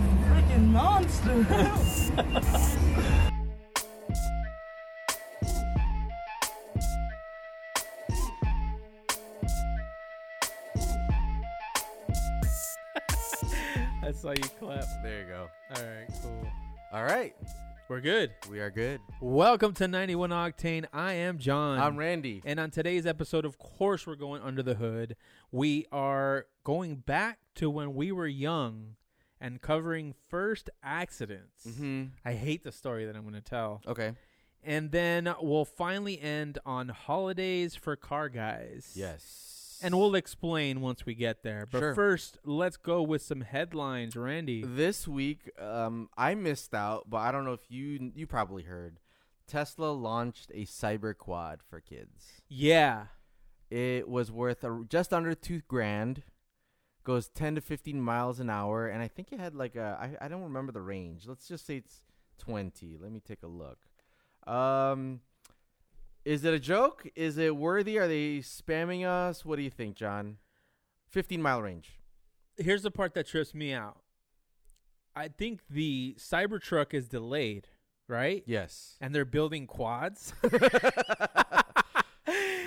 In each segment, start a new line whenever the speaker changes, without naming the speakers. fucking monster.
That's why you clap.
There you go.
All right, cool.
All right.
We're good.
We are good.
Welcome to 91 Octane. I am John.
I'm Randy.
And on today's episode, of course, we're going under the hood. We are going back to when we were young and covering first accidents.
Mm-hmm.
I hate the story that I'm going to tell.
Okay.
And then we'll finally end on holidays for car guys.
Yes.
And we'll explain once we get there. But
Sure.
first, let's go with some headlines, Randy.
this week, um, I missed out, but I don't know if you you probably heard. Tesla launched a cyber quad for kids.
Yeah.
It was worth a, just under two grand. Goes ten to fifteen miles an hour, and I think it had like a I, I don't remember the range. Let's just say it's twenty. Let me take a look. Um, is it a joke? Is it worthy? Are they spamming us? What do you think, John? Fifteen mile range.
Here's the part that trips me out. I think the Cybertruck is delayed, right?
Yes.
And they're building quads.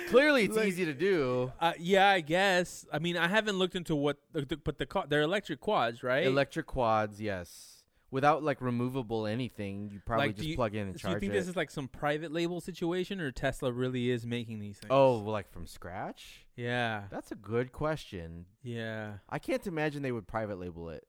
Clearly, it's
Like-
easy to do.
Uh, yeah, I guess. I mean, I haven't looked into what, the, the, but the car, they're electric quads, right?
Electric quads, yes. Without like removable anything, you probably
Like, do
just
you-
plug in and
So
charge
you think
it.
this is like some private label situation, or Tesla really is making these things?
oh, well, like from scratch?
yeah,
That's a good question.
yeah.
I can't imagine they would private label it.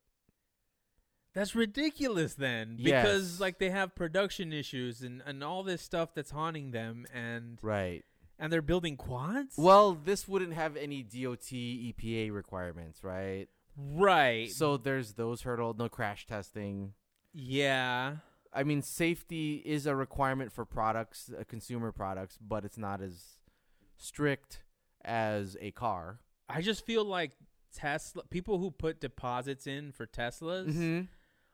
That's ridiculous then,
Yes.
because like they have production issues and and all this stuff that's haunting them, and
Right.
and they're building quads.
Well, this wouldn't have any DOT EPA E requirements, right?
right?
So there's those hurdles, no crash testing.
yeah,
I mean, safety is a requirement for products, uh, consumer products, but it's not as strict as a car.
I just feel like Tesla people who put deposits in for Teslas
Mm-hmm.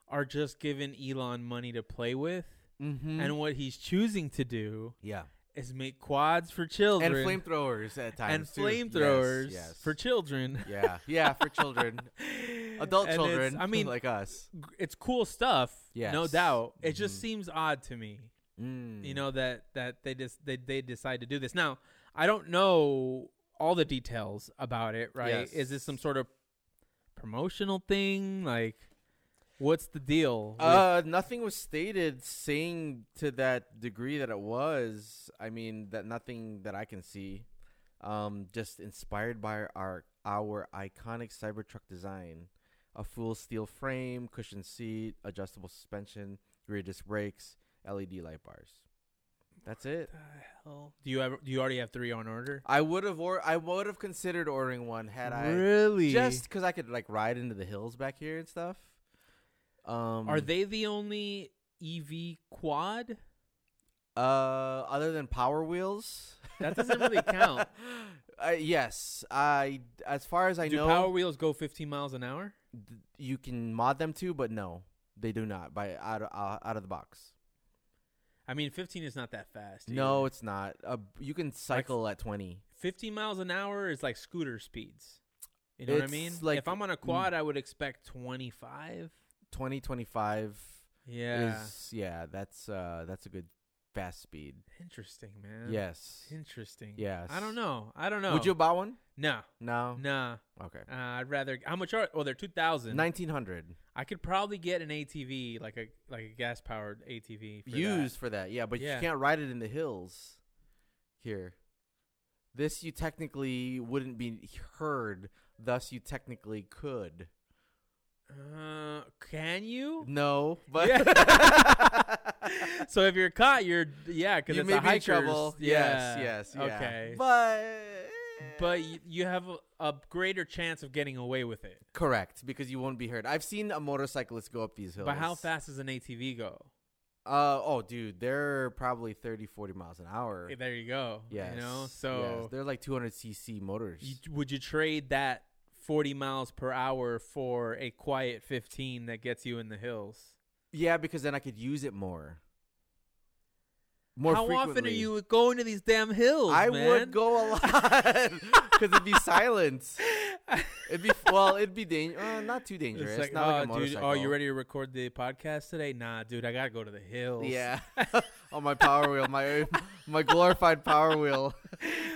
are just giving Elon money to play with,
Mm-hmm.
and what he's choosing to do
yeah.
is make quads for children
and flamethrowers at times
and
too. Yes,
flamethrowers
yes,
for children.
yeah yeah for children adult
And it's-
children
I mean,
like us
g- it's cool stuff, no
Yes.
doubt. It just
Mhm.
seems odd to me,
Mm.
you know, that that they just they they decide to do this. Now, I don't know all the details about it, right?
Yes.
Is this some sort of promotional thing? Like, what's the deal? with-
uh nothing was stated saying to that degree that it was i mean that nothing that i can see um just inspired by our our iconic cybertruck design a full steel frame cushion seat adjustable suspension rear disc brakes led light bars that's it
the hell? Do you ever? Do you already have three on order?
I would have or I would have considered ordering one had I
really?
just because I could like ride into the hills back here and stuff. Um,
Are they the only EV quad?
uh other than Power Wheels?
That doesn't really count.
Uh, yes, I as far as I
do
know,
Power Wheels go 15 miles an hour?
th- you can mod them too, but no, they do not by out of, out out of the box.
I mean, 15 is not that fast. either.
No, it's not. Uh, you can cycle at twenty.
15 miles an hour is like scooter speeds. You know what I
It's
mean?
like- mm.
if I'm on a quad, I would expect 25.
20, 25
Yeah.
is yeah. That's uh that's a good fast speed.
Interesting, man.
Yes.
Interesting.
Yes.
I don't know. I don't know.
Would you buy one?
No.
No.
Nah.
Okay.
Uh, I'd rather. How much are? Oh, they're 2,000.
Nineteen hundred
I could probably get an ATV, like a like a gas powered ATV. For that.
used for that. Yeah, but
Yeah.
you can't ride it in the hills. Here, this you technically wouldn't be heard. Thus, you technically could.
Uh, can you?
No, but
so if you're caught, you're yeah, because
you
it's
may
a
be in
hiker's-
trouble.
Yeah.
Yes, yes, yeah.
Okay.
But
but y- you have a, a greater chance of getting away with it.
correct because you won't be heard. I've seen a motorcyclist go up these hills.
But how fast does an ATV go?
Uh oh, dude, they're probably 30, 40 miles an hour.
Hey, Eh, there you go.
Yes.
You know,
yes.
so
they're like 200 cc motors.
you, would you trade that 40 miles per hour for a quiet 15 that gets you in the hills?
yeah, because then I could use it more. More
how
frequently.
often are you going to these damn hills?
I
man?
would go a lot because it'd be silent. It'd be well, it'd be dangerous. Uh, not too dangerous.
It's like,
not like a
oh, dude, oh, you
motorcycle."
ready to record the podcast today? Nah, dude, I gotta go to the hills.
Yeah, on my power wheel, my my glorified power wheel.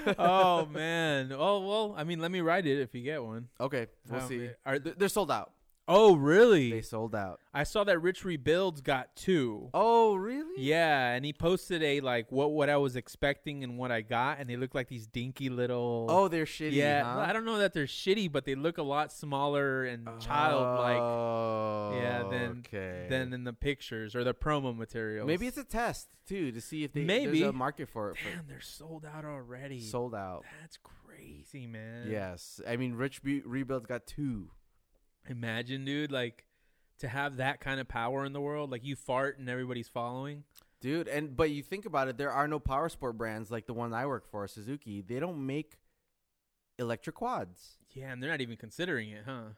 oh man. Oh well. I mean, let me ride it if you get one.
Okay, we'll
Oh,
see.
man. Are
Th- They're sold out.
Oh
They
really?
sold out.
I saw that Rich Rebuilds got two.
Oh really?
Yeah, and he posted a like what what I was expecting and what I got, and they look like these dinky little.
Oh, they're shitty.
yeah.
huh?
I don't know that they're shitty, but they look a lot smaller and childlike Yeah, then-
Oh, okay.
than in the pictures or the promo materials.
maybe it's a test too to see if they
Maybe.
there's a market for it. for-
damn, they're sold out already.
sold out.
That's crazy, man.
Yes, I mean Rich Be- Rebuilds got two.
Imagine, dude, like to have that kind of power in the world, like you fart and everybody's following.
Dude, and but you think about it, there are no power sport brands like the one I work for, Suzuki. They don't make electric quads.
Yeah, and they're not even considering it, huh?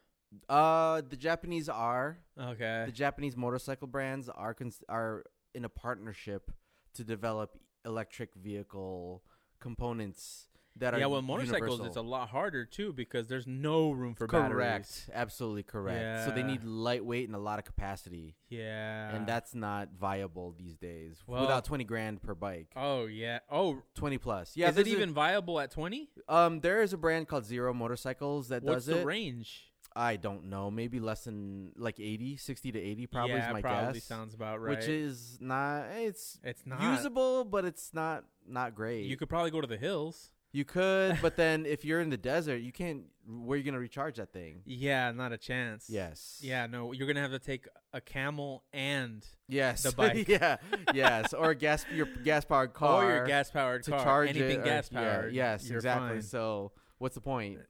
Uh, the Japanese are
Okay.
the Japanese motorcycle brands are cons- are in a partnership to develop electric vehicle components that are
yeah, well, motorcycles it's a
universal.
lot harder too because there's no room for
correct,
batteries.
absolutely correct. So they
Yeah.
need lightweight and a lot of capacity,
Yeah.
and that's not viable these days
Well-
without twenty grand per bike.
Oh yeah. Oh,
Twenty plus, yeah.
yeah. Is it
there's a-
even viable at twenty?
Um, there is a brand called Zero Motorcycles that
What's
does
the
it.
range?
I don't know, maybe less than like 80, 60 to 80 probably
yeah,
is my
probably
guess.
sounds about right.
Which is not it's
it's not
usable, but it's not not great.
You could probably go to the hills.
you could, but then if you're in the desert, you can't where you going to recharge that thing?
Yeah, not a chance.
Yes.
Yeah, no, you're gonna have to take a camel and
Yes.
The bike.
yeah. Yes, or a gas your gas powered car
or your gas powered
to
car.
charge
Anything
it or-
gas
yeah,
powered.
yes, exactly. So, what's the point?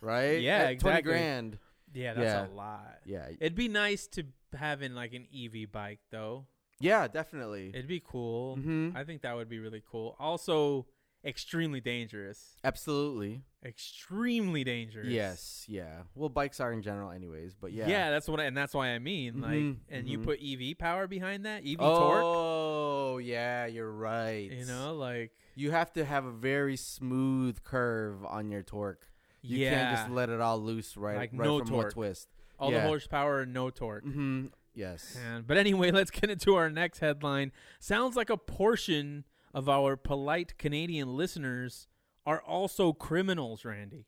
Right?
Yeah,
At 20
exactly.
grand.
yeah, that's a
Yeah.
lot.
Yeah.
It'd be nice to having like an EV bike though.
Yeah, definitely.
It'd be cool.
Mhm.
I think that would be really cool. Also, extremely dangerous.
Absolutely.
Extremely dangerous.
Yes, yeah. Well, bikes are in general, anyways. But yeah,
Yeah. that's what, I, and that's why I mean, like,
Mhm,
and
mhm.
you put EV power behind that, EV torque.
Oh, yeah, you're right.
You know, like,
you have to have a very smooth curve on your torque. You
yeah,
can't just let it all loose right,
Like,
right
no
from a
torque.
twist.
all
yeah.
the horsepower and no torque.
Mm-hmm. Yes.
And, but anyway, let's get into our next headline. Sounds like a portion of our polite Canadian listeners are also criminals, Randy.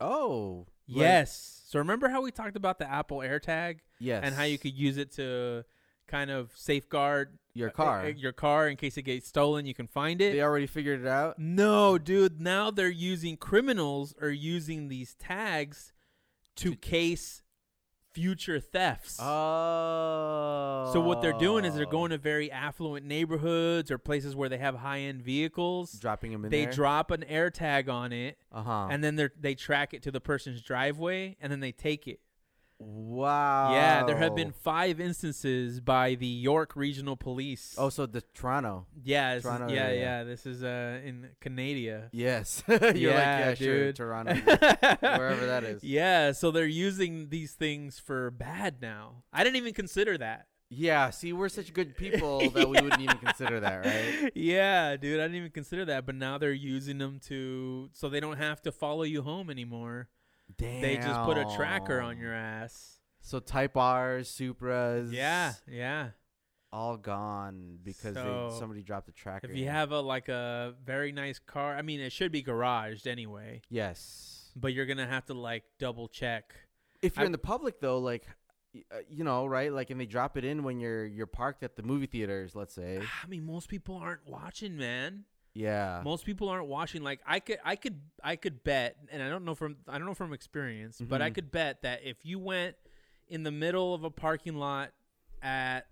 Oh, like-
Yes. So remember how we talked about the Apple AirTag
yes,
and how you could use it to kind of safeguard
your
uh,
car.
uh, your car in case it gets stolen, you can find it.
they already figured it out.
no, dude, now they're using criminals are using these tags to case future thefts.
Oh.
So what they're doing is they're going to very affluent neighborhoods or places where they have high-end vehicles.
Oh. dropping them in
They
there.
drop an air tag on it
Uh huh.
and then they they track it to the person's driveway and then they take it.
wow.
Yeah, there have
Oh.
been 5 instances by the York Regional Police.
Oh, so the Toronto.
yeah, this is-
Toronto
yeah,
area.
yeah, this is uh in Canada.
Yes. You're like,
Yeah,
yeah, sure,
dude.
Toronto. Wherever that is.
Yeah, so they're using these things for bad now. I didn't even consider that.
Yeah, see, we're such good people that we wouldn't even consider that, right?
yeah, dude, I didn't even consider that, but now they're using them to so they don't have to follow you home anymore.
Damn.
They just put a tracker on your ass.
So Type R's, Supras,
Yeah, yeah.
all gone because
So,
they, somebody dropped a tracker.
If you
in.
have a like a very nice car, I mean, it should be garaged anyway,
yes,
but you're going to have to like double check.
if you're
I-
in the public though, like y- uh, you know, right? Like, and they drop it in when you're you're parked at the movie theaters, let's say.
Ah, I mean, most people aren't watching, man.
Yeah.
most people aren't watching like i could i could i could bet and i don't know from i don't know from experience but i
Mhm.
could bet that if you went in the middle of a parking lot at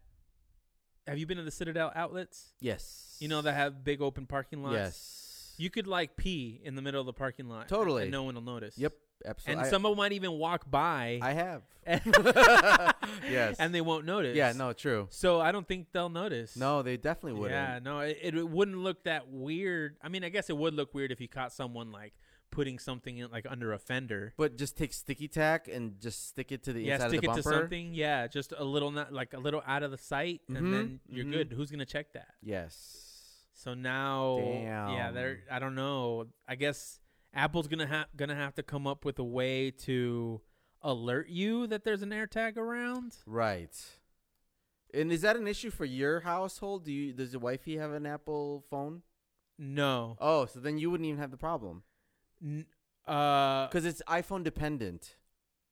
have you been to the citadel outlets
Yes.
you know that have big open parking lots
Yes.
you could like pee in the middle of the parking lot
Totally.
and no one will notice
Yep. Absolutely.
and
I-
someone might even walk by
I, have.
yes
Yes.
and they won't notice
Yeah. No. True.
so i don't think they'll notice
No, they definitely wouldn't.
yeah, no, it, it wouldn't look that weird. I mean, I guess it would look weird if you caught someone like putting something in, like under a fender.
But just take sticky tack and just stick it to the
yeah,
inside
stick
of the
it
bumper.
to something. Yeah, just a little, not like a little out of the sight,
Mhm,
and then you're
mhm.
good. Who's gonna check that?
Yes.
So now, yeah,
Damn.
they're. I don't know. I guess Apple's gonna have gonna have to come up with a way to alert you that there's an AirTag around.
Right. And is that an issue for your household? Do you does your wifey have an Apple phone?
No,
Oh, so then you wouldn't even have the problem
N- uh,
because it's iPhone dependent.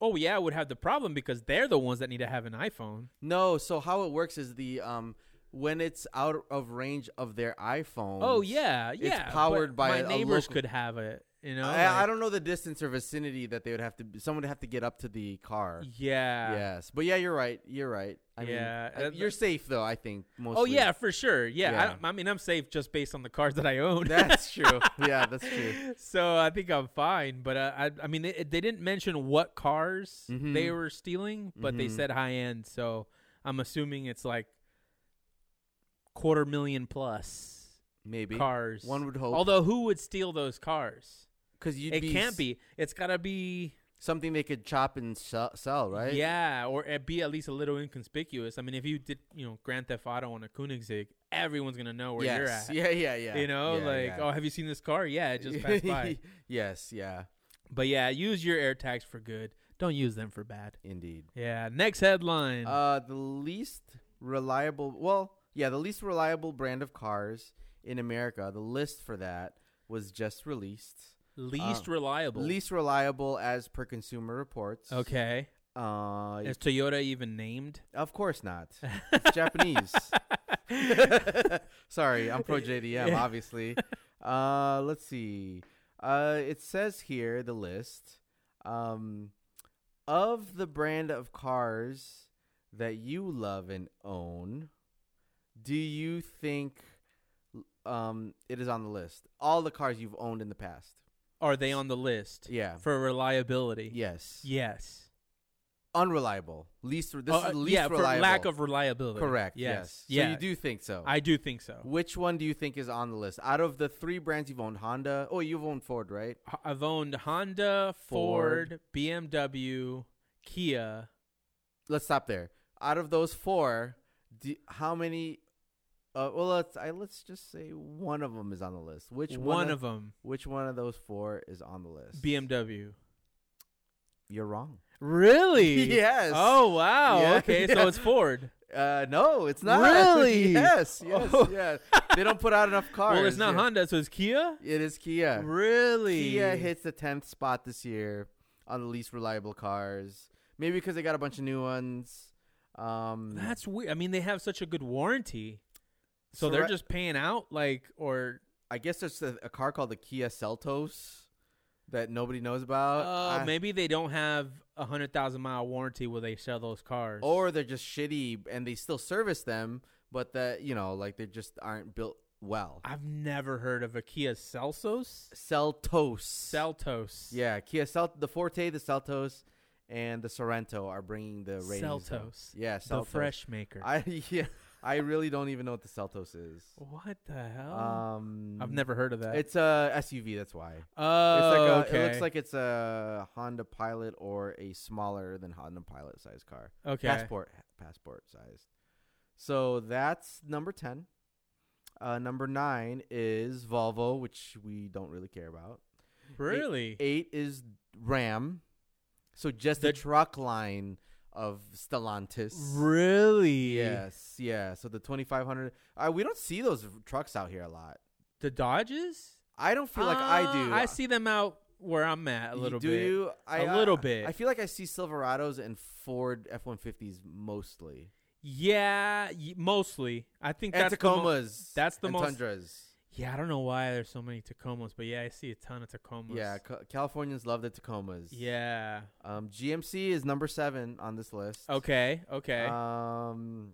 oh yeah, I would have the problem because they're the ones that need to have an iPhone.
No, so how it works is the um when it's out of range of their iPhone.
Oh yeah,
It's
yeah. but
powered by a
my neighbors
local-
could have it. You know,
I, I
like-
don't know the distance or vicinity that they would have to. Someone would have to get up to the car.
Yeah.
Yes, but yeah, you're right. You're right. I
Yeah,
mean, I-
that-
you're safe though. I think. Mostly.
Oh yeah, for sure. Yeah,
Yeah.
I, don't- I mean, I'm safe just based on the cars that I own.
that's true. Yeah, that's true.
so I think I'm fine. But uh, I, I mean, it, they didn't mention what cars
Mhm.
they were stealing, but they
Mhm.
said high end. So I'm assuming it's like quarter million plus
Maybe
cars.
one would hope.
Although, who would steal those cars?
because you
it
s-
can't be. It's gotta be
something they could chop and sell, sell right?
yeah, or it be at least a little inconspicuous. I mean, if you did, you know, Grand Theft Auto on a Koenigsegg, everyone's gonna know where you're at.
Yes. Yeah. Yeah. Yeah.
You know,
Yeah,
like,
yeah.
oh, have you seen this car? Yeah, it just passed by.
yes. Yeah.
But yeah, use your air tags for good. Don't use them for bad.
Indeed.
Yeah. Next headline.
Uh, the least reliable. Well, yeah, the least reliable brand of cars in America. The list for that was just released.
least
uh,
reliable.
Least reliable as per Consumer Reports.
Okay.
Uh,
Is Toyota even named?
of course not. It's Japanese. Sorry, I'm pro JDM,
Yeah.
obviously. Uh, let's see. Uh, it says here the list um, of the brand of cars that you love and own. Do you think um, it is on the list? All the cars you've owned in the past.
Are they on the list
Yeah.
for reliability?
Yes.
Yes.
Unreliable. Least. This
Uh,
is the least
yeah,
reliable.
for lack of reliability.
Correct.
Yes.
Yes.
Yeah.
So you do think so.
I do think so.
Oh. Which one do you think is on the list? Out of the three brands you've owned, Honda. Oh, you've owned Ford, right?
H- I've owned Honda, Ford,
Ford.
BMW, Kia.
Let's stop there. Out of those four, do, how many? Uh, well, let's I, let's just say one of them is on the list. Which
Which
one,
one of them?
Which one of those four is on the list?
BMW.
You're wrong.
Really?
yes.
Oh wow.
Yeah,
okay, so
yeah.
it's Ford.
Uh, no, it's not.
Really?
yes. Yes.
Oh.
Yes. They don't put out enough cars.
Well, it's not
Yeah.
Honda, so it's Kia.
It is Kia.
Really?
Kia hits the tenth spot this year on the least reliable cars. Maybe because they got a bunch of new ones. Um,
That's weird. I mean, they have such a good warranty, so they're
Correct.
just paying out like or
I guess there's a, a car called the Kia Seltos that nobody knows about.
uh,
I-
maybe they don't have a hundred thousand mile warranty where they sell those cars.
Or they're just shitty and they still service them, but that you know, like they just aren't built well.
I've never heard of a Kia Celsos.
Seltos.
Celtos.
Yeah, Kia Celt. The Forte, the Seltos, and the Sorrento are bringing the ratings. down.
Seltos.
Yeah,
The
Seltos.
fresh maker.
I yeah. I really don't even know what the Seltos is.
what the hell?
Um,
Oh. I've never heard of that.
It's a SUV. That's why.
oh,
it's like a,
okay.
It looks like it's a Honda Pilot or a smaller than Honda Pilot size car.
okay.
Passport, passport size. So that's number ten. Uh, number nine is Volvo, which we don't really care about.
Really?
Eight is Ram. So just the,
The-
truck line of Stellantis.
really?
Yes, yeah. So the twenty five hundred. Uh, we don't see those trucks out here a lot.
The Dodges?
I don't feel like I
Uh,
do.
I see them out where I'm at a
You-
little
do
bit.
you? I,
A
uh,
little bit.
I feel like I see Silverados and Ford F one fifties mostly,
Yeah, y- mostly. I think
and
that's the mo-
Tacomas.
that's the
and
most-
Tundras.
yeah, I don't know why there's so many Tacomas, but yeah, I see a ton of Tacomas.
Yeah, Ca- Californians love the Tacomas.
Yeah.
Um, GMC is number seven on this list.
Okay. Okay.
Uh, Um,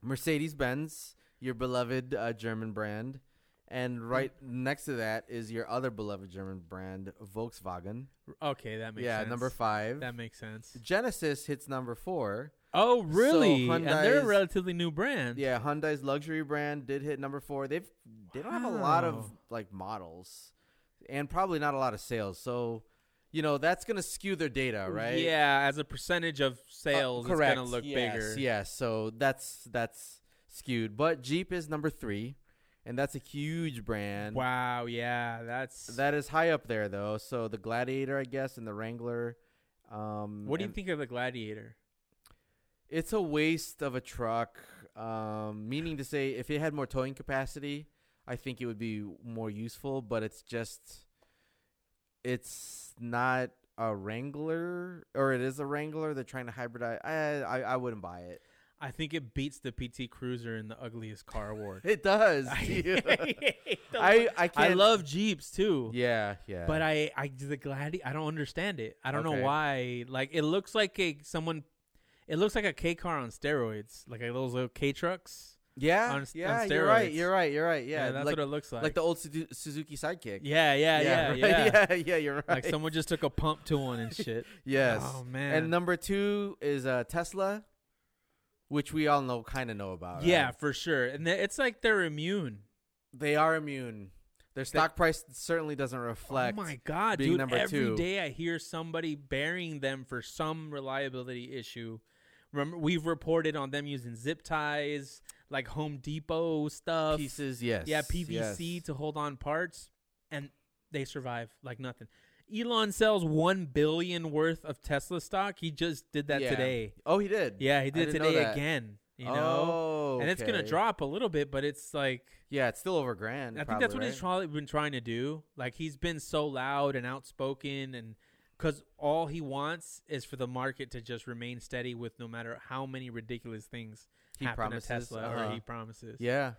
Mercedes Benz, your beloved uh, German brand, and right next to that is your other beloved German brand, Volkswagen.
okay, that makes
Yeah,
sense.
number five.
That makes sense.
Genesis hits number four.
Oh, really? and
Hyundai
they're a
is-
relatively new brand.
Yeah, Hyundai's luxury brand did hit number four. They've they don't have a lot of
Wow.
like models, and probably not a lot of sales. So, you know that's gonna skew their data, right?
Yeah, as a percentage of
Uh,
sales, it's
correct.
gonna look
yes,
bigger.
Yes, so that's that's skewed. But Jeep is number three, and that's a huge brand.
Wow, yeah, that's
That is high up there though. So the Gladiator, I guess, and the Wrangler. Um,
What do you
and
think of the Gladiator?
It's a waste of a truck. Um, meaning to say, if it had more towing capacity, I think it would be more useful. But it's just, it's not a Wrangler, or it is a Wrangler. They're trying to hybridize. I I, I wouldn't buy it.
I think it beats the PT Cruiser in the ugliest car award.
It does.
I,
I I can't.
I love Jeeps too.
Yeah, yeah.
But uh, I, I the gladi I don't understand it. I don't
Okay.
know why. Like it looks like a someone it looks like a K car on steroids. Like those little K trucks.
yeah,
on s- on
yeah. you're right.
steroids.
You're right. You're right. Yeah,
Yeah, that's
like,
what it looks like.
like the old Suzu- Suzuki Sidekick.
yeah, yeah, yeah,
right?
yeah.
yeah, yeah. You're right.
Like someone just took a pump to one and shit.
yes.
Oh man.
And number two is uh, Tesla, which we all know kind of know about. right?
yeah, for sure. And they- it's like they're immune.
they are immune. Their stock price certainly doesn't reflect.
oh my god,
being
dude! Every
number
day
two.
I hear somebody burying them for some reliability issue. Remember, we've reported on them using zip ties, like Home Depot stuff.
pieces, yes.
Yeah, PVC
yes.
to hold on parts, and they survive like nothing. Elon sells one billion worth of Tesla stock. He just did that
Yeah.
today.
Oh, he did.
Yeah, he did it
didn't know
today
that.
again. You know,
Oh,
and it's gonna
okay.
drop a little bit, but it's like
Yeah, it's still over grand.
I think that's what he's probably been trying to do. Like he's been so loud and outspoken, and because all he wants is for the market to just remain steady with no matter how many ridiculous things
He
happen
promises,
to Tesla or
uh-huh.
he promises.
Yeah.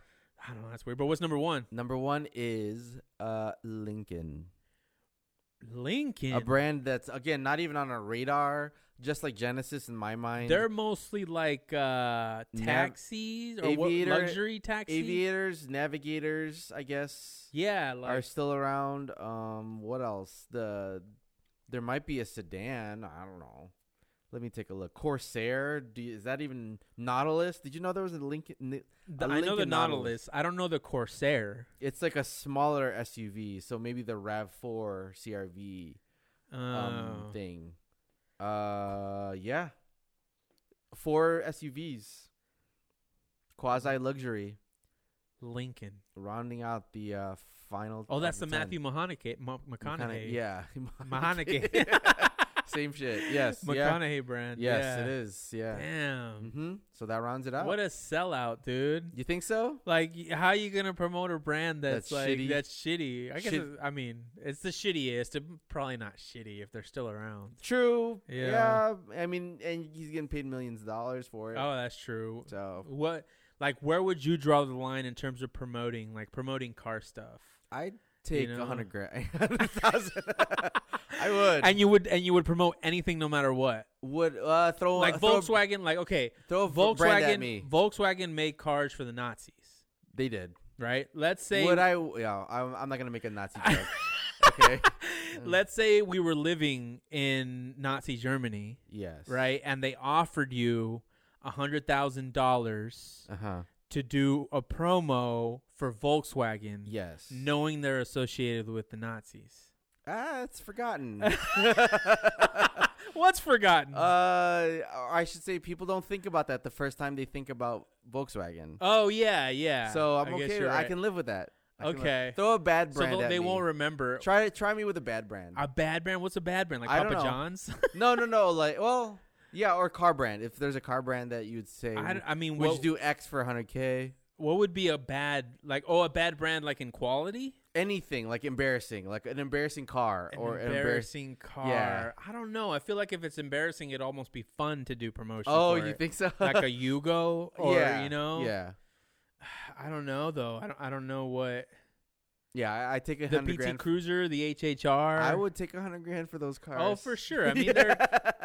I don't know. That's weird. But what's number one?
Number one is uh, Lincoln,
Lincoln.
a brand that's again not even on our radar. Just like Genesis in my mind,
They're mostly like uh,
Nav-
taxis or what,
Aviator-
luxury taxis.
aviators, navigators, I guess,
Yeah,
are
like
still around. Um, what else? The there might be a sedan. I don't know. Let me take a look. Corsair. Do you, is that even Nautilus? Did you know there was a Lincoln? Ni-
the,
a
I know the
Lincoln Nautilus.
Nautilus. I don't know the Corsair.
It's like a smaller SUV, so maybe the Rav Four CRV.
Oh.
um thing. Uh yeah. Four SUVs. Quasi luxury.
Lincoln.
Rounding out the uh final
Oh,
of
that's the
10.
Matthew McConaughey. Mo- McConaughey.
Yeah.
McConaughey.
Same shit. Yes. yeah.
McConaughey brand.
Yes,
yeah.
it is. Yeah.
Damn.
Mm-hmm. So that rounds it out.
What a sellout, dude.
you think so?
Like, y- how you gonna promote a brand that's,
That's
like
shitty.
that's shitty? I guess.
Shit-
it's- I mean, it's the shittiest. It's probably not shitty if they're still around.
True.
Yeah.
yeah. I mean, and he's getting paid millions of dollars for it.
Oh, that's true.
So
What, like, where would you draw the line in terms of promoting, like, promoting car stuff?
I'd take a
know.
hundred grand. A thousand. I would.
And you would, and you would promote anything no matter what,
would uh, throw
like
throw a-
Volkswagen. Like, okay,
Throw a Volkswagen brand at me.
Volkswagen, Volkswagen made cars for the Nazis,
They did.
right? Let's say
Would I? Yeah, I'm, I'm not gonna make a Nazi joke. okay.
Let's say we were living in Nazi Germany,
Yes.
right? And they offered you a hundred thousand dollars
Uh huh.
to do a promo for Volkswagen,
Yes.
knowing they're associated with the Nazis.
Ah, it's forgotten.
What's forgotten?
uh, or I should say people don't think about that the first time they think about Volkswagen.
oh yeah, yeah.
so I'm
I guess
okay.
you're
with- I
right.
can live with that. I can live-
Okay.
Throw a bad
So
brand
they'll-
at
they
me.
won't remember
Try try me with a bad brand.
a bad brand. What's a bad brand? Like
I
Papa
don't know.
John's?
no, no, no. Like, well, yeah, or car brand. If there's a car brand that you'd say,
I, d- I mean,
would
what
you do X for 100k?
what would be a bad like? Oh, a bad brand like in quality.
Anything like embarrassing, like an embarrassing car
an
or an
embarrassing
embarrassing.
car.
Yeah.
I don't know. I feel like if it's embarrassing, it'd almost be fun to do promotion.
Oh,
for
you
it.
think so?
like a Yugo or
yeah,
you know?
yeah,
I don't know though. I don't. I don't know what
yeah. I, I take a
the
hundred
PT
grand.
Cruiser, the HHR.
I would take a hundred grand for those cars.
Oh, for sure. I mean, they're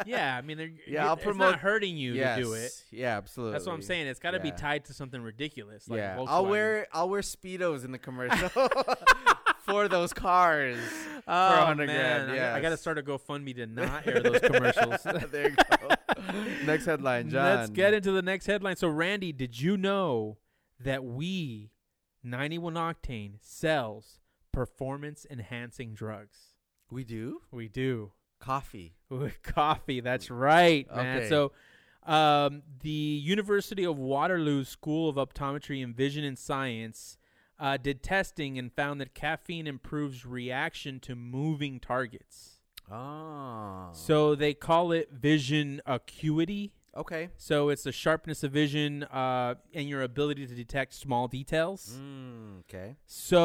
yeah. I mean, they're
Yeah, I'll
it's
promote-
not hurting you
yes.
to do it.
Yeah, absolutely.
That's what I'm saying. It's got to be
Yeah.
tied to something ridiculous. Like
yeah,
Volkswagen.
I'll wear I'll wear speedos in the commercial for those cars.
oh,
a hundred
man,
grand,
I- I, got to
yes.
start a GoFundMe to not air those commercials.
there you go. Next headline, John.
Let's get into the next headline. So, Randy, did you know that we, 91 Octane, sells performance enhancing drugs?
We do
We do.
coffee.
With coffee. That's right, man.
Okay.
So, um, the University of Waterloo School of Optometry and Vision and Science uh, did testing and found that caffeine improves reaction to moving targets.
Oh.
So they call it vision acuity.
okay.
So it's the sharpness of vision uh, and your ability to detect small details.
Mm-hmm.
Mm,
okay.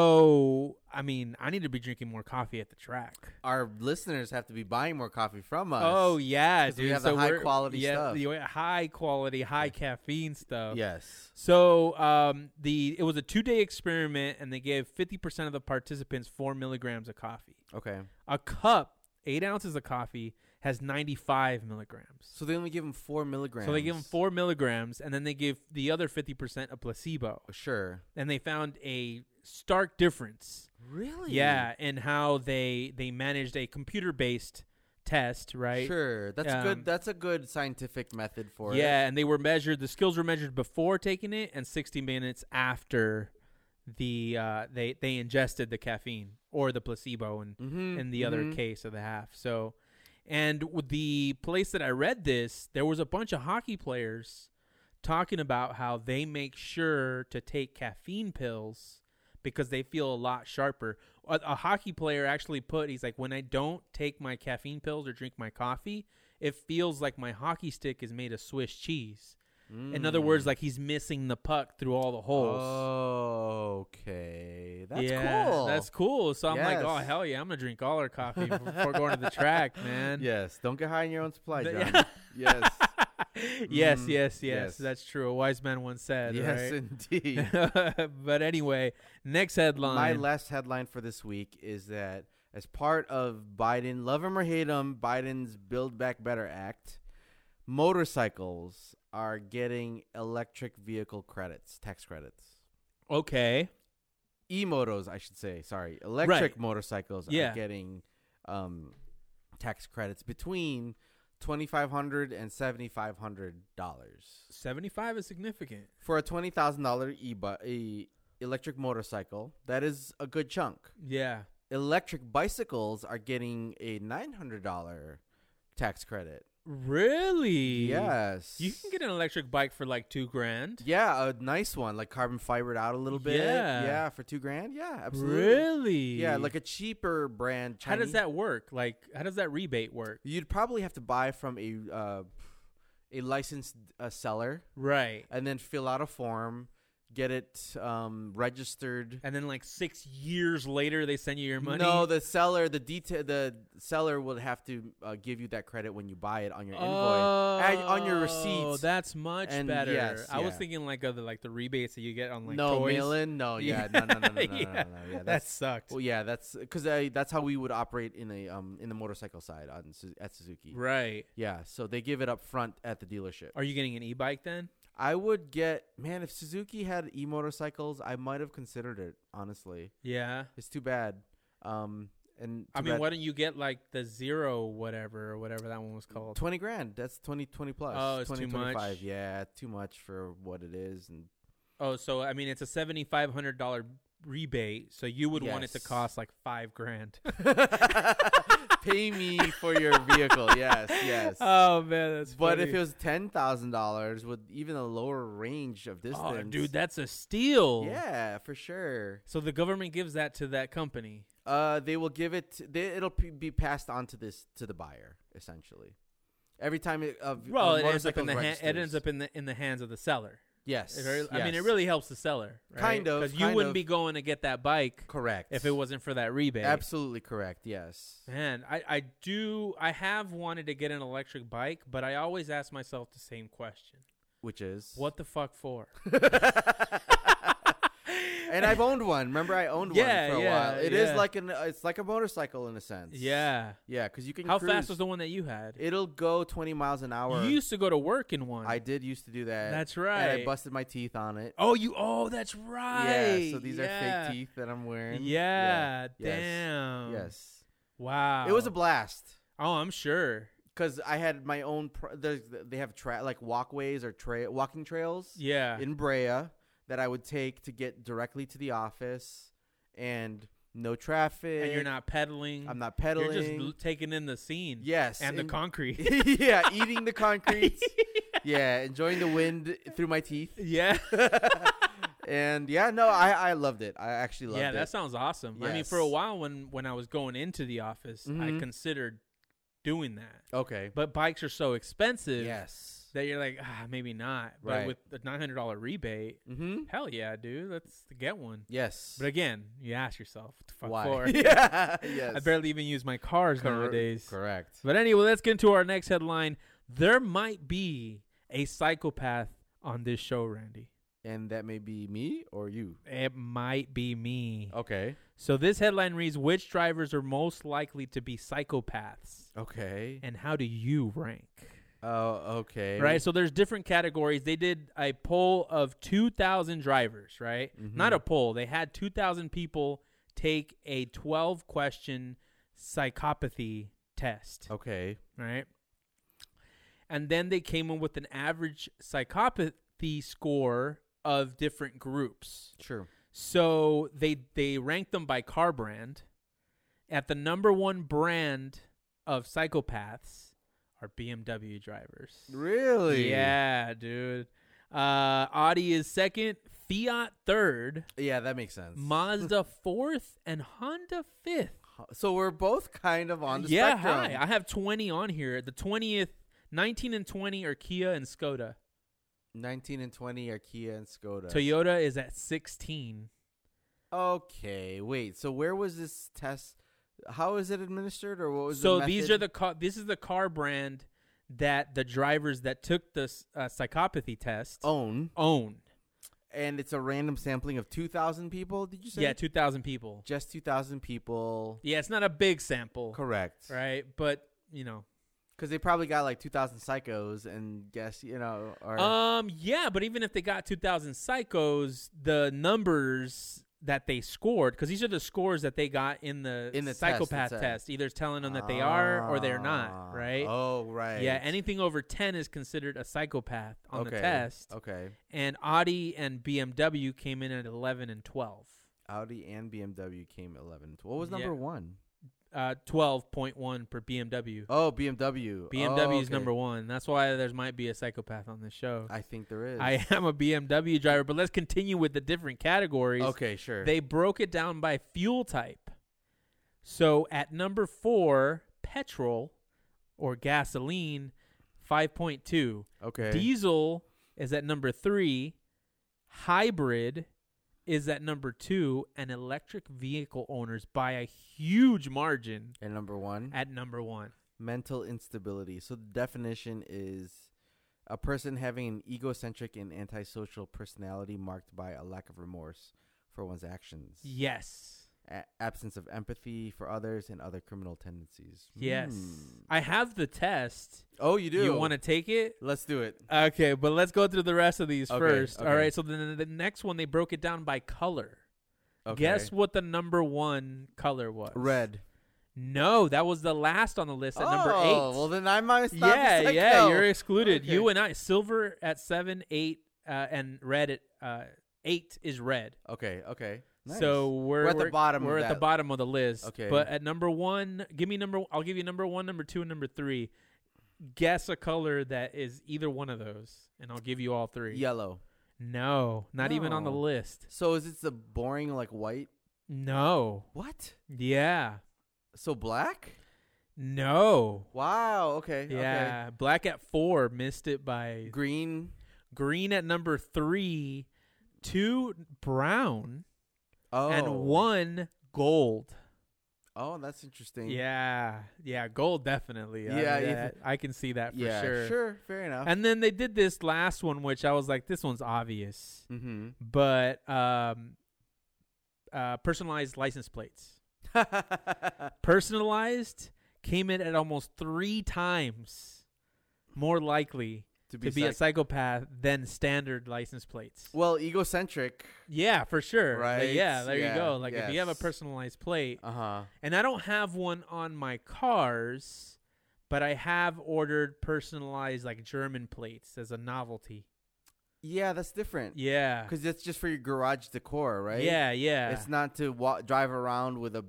So, I mean, I need to be drinking more coffee at the track.
Our listeners have to be buying more coffee from us.
Oh yeah,
'Cause we
dude.
have the
So
high
we're-
quality
yeah,
stuff.
the high quality, high caffeine stuff.
Yes.
So um, the it was a two day experiment, and they gave fifty percent of the participants four milligrams of coffee.
Okay.
A cup, eight ounces of coffee, has ninety five milligrams.
So they only give them four milligrams.
So they give them four milligrams, and then they give the other fifty percent a placebo,
Sure.
and they found a stark difference.
Really?
Yeah, in how they they managed a computer based test, right?
Sure. That's
Um,
good. That's a good scientific method for it.
yeah, and they were measured. The skills were measured before taking it, and 60 minutes after the uh, they they ingested the caffeine or the placebo, and
Mm-hmm.
in the other case of the half. So, and with the place that I read this, there was a bunch of hockey players talking about how they make sure to take caffeine pills because they feel a lot sharper. A, a hockey player actually put, he's like, when I don't take my caffeine pills or drink my coffee, it feels like my hockey stick is made of Swiss cheese. In other words,
Mm.
like he's missing the puck through all the holes.
Okay. That's
Yeah,
cool.
That's cool. So I'm like, oh
Yes.
hell yeah, I'm gonna drink all our coffee before going to the track, man.
Yes. Don't get high on your own supply,
The-
John. yes.
yes,
Mm,
yes, yes,
yes.
That's true. A wise man once said.
Yes,
right?
indeed.
but anyway, next
My
headline.
last headline for this week is that as part of Biden, love him or hate him, Biden's Build Back Better Act, motorcycles are getting electric vehicle credits, tax credits.
okay.
E-motos, I should say. Sorry, electric motorcycles
Yeah.
are getting um, tax credits between twenty five hundred and seventy five hundred dollars
75 is significant.
for a twenty thousand dollar e bu- e electric motorcycle. That is a good chunk.
Yeah.
electric bicycles are getting a $900 tax credit.
Really?
Yes.
You can get an electric bike for like two grand.
Yeah, a nice one, like carbon fibered out a little bit.
Yeah.
Yeah, for two grand. Yeah, absolutely.
really?
Yeah, like a cheaper brand.
How does
Chinese-
that work? Like, how does that rebate work?
You'd probably have to buy from a uh, a licensed uh, seller
Right.
and then fill out a form, get it um, registered.
And then like six years later, they send you your money.
No, the seller, the detail, the seller will have to uh, give you that credit when you buy it on your invoice. and on your
Oh,
receipts.
that's much
And
better.
yes,
I was
yeah.
thinking like of the, like the rebates that you get on like
no,
toys.
mail-in? No,
Yeah.
yeah, no, no, no, no, no, no, no, no,
Yeah.
yeah.
that
That's oh,
sucked.
well, yeah, that's because that's how we would operate in a um in the motorcycle side on Su- at Suzuki.
Right.
Yeah, so they give it up front at the dealership.
Are you getting an e-bike then?
I would get man if Suzuki had e motorcycles, I might have considered it. Honestly,
Yeah.
it's too bad. Um, and
I
too
mean,
bad-
why don't you get like the zero whatever or whatever that one was called?
Twenty grand. That's 20, 20 plus.
Oh, it's
20,
too much.
25. Yeah, too much for what it is, and
Oh, so I mean, it's a seventy five hundred dollar rebate. So you would want it to
Yes.
cost like five grand.
pay me for your vehicle. Yes, yes.
Oh man, that's
But
funny.
if it was ten thousand dollars with even a lower range of distance,
oh, dude, that's a steal.
yeah, for sure.
So the government gives that to that company.
Uh, they will give it. They, it'll p- be passed on to this to the buyer essentially. Every time it, uh,
Well, it ends up in the ha- it ends up in the in the hands of the seller.
yes,
It really- I mean,
yes.
it really helps the seller, right?
Kind of,
you
kind
wouldn't
of.
be going to get that bike
correct.
if it wasn't for that rebate.
absolutely correct, yes.
Man, I, I do I have wanted to get an electric bike, but I always ask myself the same question:
Which is
What the fuck for?
and I've owned one. Remember, I owned
Yeah,
one for a
yeah,
while. It is
yeah.
like an it's like a motorcycle in a sense.
yeah.
yeah, because you can.
How
cruise.
fast was the one that you had?
It'll go twenty miles an hour.
You used to go to work in one.
I did used to do that.
That's
And
right.
I busted my teeth on it.
oh, you. Oh, that's right.
Yeah. So these are
Yeah.
fake teeth that I'm wearing.
Yeah.
Yes.
Damn.
Yes.
Wow.
It was a blast
Oh, I'm sure.
because I had my own. Pr- there's, they have tra- like walkways or tra- walking trails
Yeah.
in Brea that I would take to get directly to the office, and no traffic.
and you're not pedaling.
I'm not pedaling.
You're just l- taking in the scene.
yes.
And the
in-
concrete.
yeah, eating the concrete. yeah, enjoying the wind through my teeth.
yeah.
and yeah, no, I I loved it. I actually loved
yeah,
it.
that sounds awesome. I mean, for a
Yes.
while when when I was going into the office, I
Mhm.
considered doing that,
okay.
but bikes are so expensive
Yes.
that you're like, ah, maybe not. But
Right.
with the nine hundred dollar rebate,
Mm-hmm.
hell yeah, dude, let's get one.
Yes.
But again, you ask yourself, what the fuck
Why?
for?
yeah. Yes.
I barely even use my cars
Cor-
nowadays.
Correct.
But anyway, let's get into our next headline. There might be a psychopath on this show, Randy.
And that may be me or you.
It might be me.
Okay.
So this headline reads Which drivers are most likely to be psychopaths?
Okay.
And how do you rank?
Oh, okay.
Right? So there's different categories. They did a poll of 2,000 drivers, right? Not a poll. They had 2,000 people take a 12 question psychopathy test.
Okay.
right? And then they came in with an average psychopathy score of different groups.
Sure.
So they they ranked them by car brand. At the number one brand of psychopaths are BMW drivers.
Really?
Yeah, dude. Uh, Audi is second, Fiat third,
Yeah, that makes sense.
Mazda fourth, and Honda fifth.
so we're both kind of on the
yeah,
spectrum.
hi. I have 20 on here. The 20th, 19 and 20 are Kia and Skoda.
19 and 20 are Kia and Skoda.
Toyota is at 16.
Okay, wait. So where was this test? How is it administered, or what was?
So
the
these
method?
are the car. This is the car brand that the drivers that took the s- uh, psychopathy test
own,
own.
and it's a random sampling of two thousand people. Did you say?
Yeah, 2,000 people.
just two thousand people.
Yeah, it's not a big sample,
Correct.
right? But you know,
Because they probably got like two thousand psychos, and guess you know, or
um, yeah. But even if they got 2,000 psychos, the numbers that they scored, because these are the scores that they got in the
In the test,
psychopath
it said.
test. Either it's telling them that they are or they're
Ah,
not, right?
Oh, right.
Yeah, anything over 10 is considered a psychopath on
okay.
the test.
Okay.
and Audi and BMW came in at 11 and 12.
Audi and BMW came eleven. What was number
Yeah.
one?
Uh, 12.1 per BMW.
Oh, BMW.
BMW
oh,
is
okay.
number one. That's why there's might be a psychopath on this show.
I think there is.
I am a BMW driver, but let's continue with the different categories.
okay, sure.
They broke it down by fuel type. So at number four, petrol or gasoline, 5.2.
okay.
Diesel is at number three. Hybrid is at number two, and electric vehicle owners by a huge margin
and number one.
at number one.
mental instability. So the definition is a person having an egocentric and antisocial personality marked by a lack of remorse for one's actions,
Yes,
a- absence of empathy for others, and other criminal tendencies.
yes.
Hmm.
I have the test.
Oh, you do.
You want to take it?
Let's do it.
Okay, but let's go through the rest of these
Okay,
first. All
okay.
right. So then the next one they broke it down by color.
Okay.
Guess what the number one color was?
Red.
No, that was the last on the list at number
oh,
eight.
Well, then I must. not be
yeah, yeah,
psycho.
you're excluded.
Okay.
You and I, silver at seven, eight, uh, and red at uh, eight is red.
okay. Okay. Nice.
So we're,
We're at the bottom of
We're at the
that.
bottom of the list.
Okay.
but at number one, give me number. I'll give you number one, number two, and number three. Guess a color that is either one of those, and I'll give you all three.
yellow.
No, not even on the
No.
list.
So is it the boring like white?
No.
What?
Yeah.
So black?
No.
Wow. Eh, Okay.
Yeah. Black at four missed it by
Okay. Green.
green at number three, two brown,
Oh.
and one gold.
Oh, that's interesting.
Yeah, yeah, gold definitely. I,
Yeah,
yeah,
if-
I can see that for
yeah.
sure.
Fair enough.
And then they did this last one, which I was like, this one's obvious,
mm-hmm.
but um, uh, personalized license plates.
Mm-hmm.
Personalized came in at almost three times more likely
to
to be a psychopath than standard license plates.
well, egocentric.
Yeah, for sure. Like,
Right?
yeah, there
Yeah,
you go. Like if you have a
yes.
personalized plate,
Uh huh.
and I don't have one on my cars, but I have ordered personalized like German plates as a novelty.
Yeah, that's different.
Yeah.
Because that's just for your garage decor, right?
Yeah, yeah.
It's not to wa- drive around with a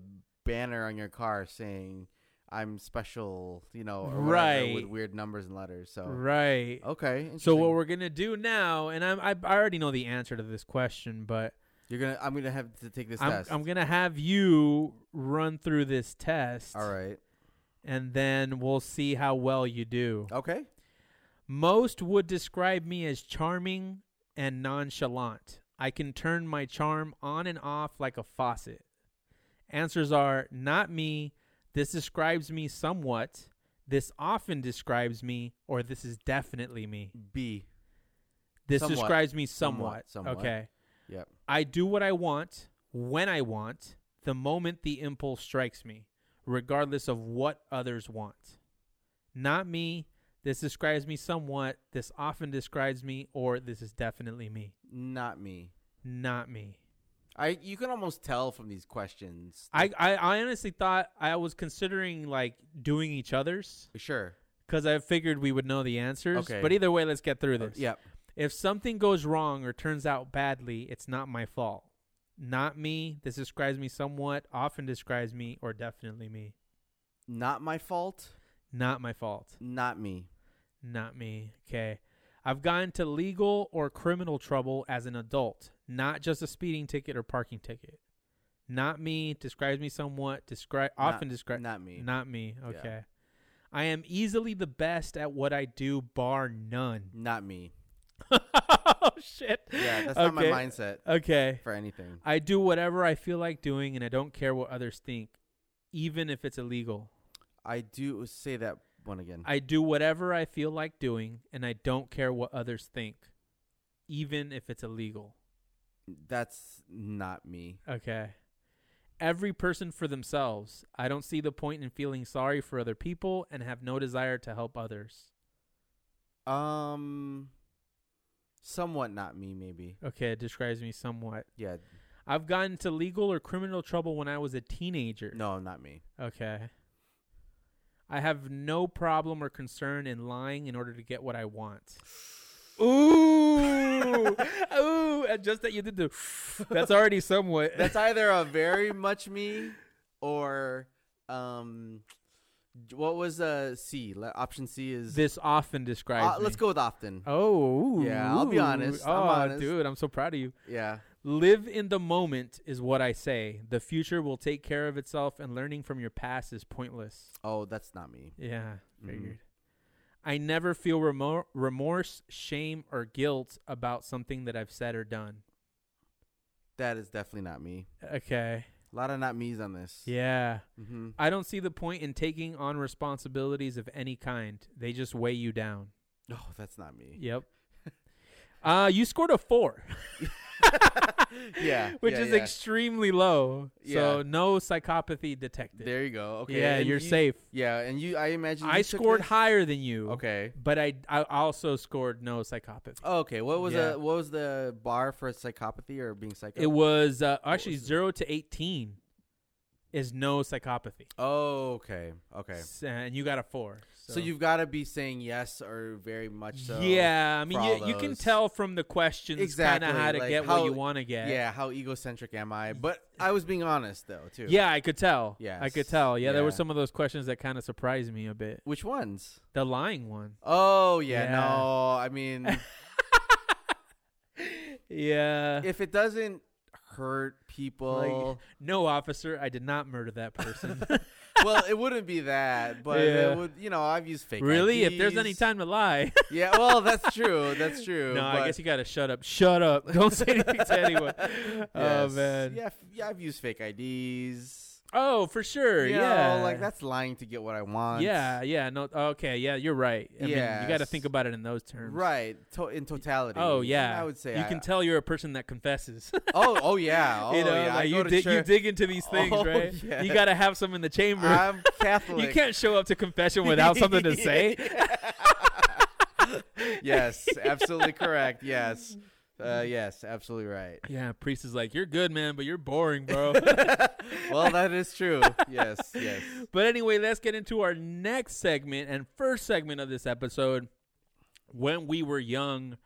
banner on your car saying I'm special, you know, or whatever, with
Right.
weird numbers and letters. So
Right.
okay,
So what
Oh, interesting.
we're gonna do now, and I'm, I I already know the answer to this question, but
you're gonna I'm gonna have to take this
I'm,
test.
I'm gonna have you run through this test,
All right.
and then we'll see how well you do.
Okay.
Most would describe me as charming and nonchalant. I can turn my charm on and off like a faucet. Answers are not me. This describes me somewhat. This often describes me, or this is definitely me.
B.
This
Somewhat.
describes me
Somewhat,
somewhat.
somewhat.
Okay.
Yep.
I do what I want, when I want, the moment the impulse strikes me, regardless of what others want. Not me. This describes me somewhat. This often describes me, or this is definitely me.
Not me.
Not me.
I you can almost tell from these questions.
I, I, I honestly thought I was considering like doing each other's
sure.
because I figured we would know the answers.
Okay.
But either way, let's get through
Uh,
this.
yep.
If something goes wrong or turns out badly, it's not my fault. Not me. This describes me somewhat, often describes me, or definitely me.
Not my fault.
Not my fault.
Not me.
Not me. Okay. I've gotten to legal or criminal trouble as an adult, not just a speeding ticket or parking ticket. Not me. Describes me somewhat. Describe
Not-
often describes
Not me.
Not me.
Yeah.
Okay. I am easily the best at what I do, bar none.
Not me.
oh shit.
Yeah, that's not my
Okay.
mindset
Okay.
for anything.
I do whatever I feel like doing and I don't care what others think, even if it's illegal.
I do say that one again.
I do whatever I feel like doing and I don't care what others think, even if it's illegal.
that's not me.
Okay. Every person for themselves. I don't see the point in feeling sorry for other people and have no desire to help others.
Um somewhat not me maybe.
Okay, it describes me somewhat.
Yeah.
I've gotten into legal or criminal trouble when I was a teenager.
No, not me.
Okay. I have no problem or concern in lying in order to get what I want. Ooh, ooh! and Just that you did the. That's already somewhat.
That's either a very much me or um what was uh C? Le- Option C is
this often describes.
Uh, let's
me.
go with often.
Oh,
Yeah, I'll be
ooh.
honest. I'm
Oh,
honest.
dude, I'm so proud of you.
Yeah.
Live in the moment is what I say. The future will take care of itself, and learning from your past is pointless.
Oh, that's not me.
Yeah,
Mhm.
figured. I never feel remor- remorse, shame, or guilt about something that I've said or done.
That is definitely not me.
Okay.
A lot of not me's on this.
Yeah.
hmm
I don't see the point in taking on responsibilities of any kind. They just weigh you down.
Oh, that's not me.
Yep. Uh, you scored a four,
Yeah,
which
yeah,
is
yeah.
extremely low. So
Yeah.
no psychopathy detected.
There you go. Okay.
yeah,
and
you're
you-
safe.
Yeah, and you. I imagine
I
you took
scored
this-
higher than you.
Okay.
But I, I also scored no psychopathy.
Oh, okay. What was
Yeah.
the what was the bar for psychopathy or being psycho?
It was uh, actually
was it?
zero to eighteen is no psychopathy,
oh, okay. Okay.
S- and you got a four. So,
So, you've uh, got to be saying yes or very much so.
yeah, I mean,
for
you,
all
you can
those.
tell from the questions
Exactly,
kind of how to
like
get
how-
what you want to get.
Yeah. How egocentric am I? But I was being honest though too.
yeah, I could tell. I could
Yes,
tell. Yeah, there were
yeah.
some of those questions that kind of surprised me a bit.
Which ones?
The lying one.
Oh yeah.
Yeah.
No. I mean,
Yeah.
if it doesn't hurt people,
no, officer, I did not murder that person.
well, it wouldn't be that. But
Yeah.
it would. You know, I've used fake.
really? If there's any
IDs.
time to lie.
Yeah. Well, that's true. That's true.
no, I
but-
guess you got to shut up. Shut up. Don't say anything to anyone. Oh,
Yes.
man.
Yeah, f- yeah, I've used fake IDs.
Oh, for sure.
You know,
yeah.
like that's lying to get what I want.
Yeah, yeah. No, okay. Yeah, you're right. I mean, you got to
Yes.
think about it in those terms.
Right. To- in totality.
Oh
And
yeah,
I would say
you
I-
can tell you're a person that confesses.
Oh, oh yeah. Oh
you know,
yeah. I
like
go
you,
to
dig, you
church.
dig into these things,
Oh,
right?
yeah.
You got to have some in the chamber.
I'm Catholic.
you can't show up to confession without something to say.
yes, absolutely correct. Yes. Uh, yes, absolutely right.
Yeah, priest is like, "You're good, man, but you're boring, bro."
Well, that is true. Yes, yes.
but anyway, let's get into our next segment and first segment of this episode. When we were young,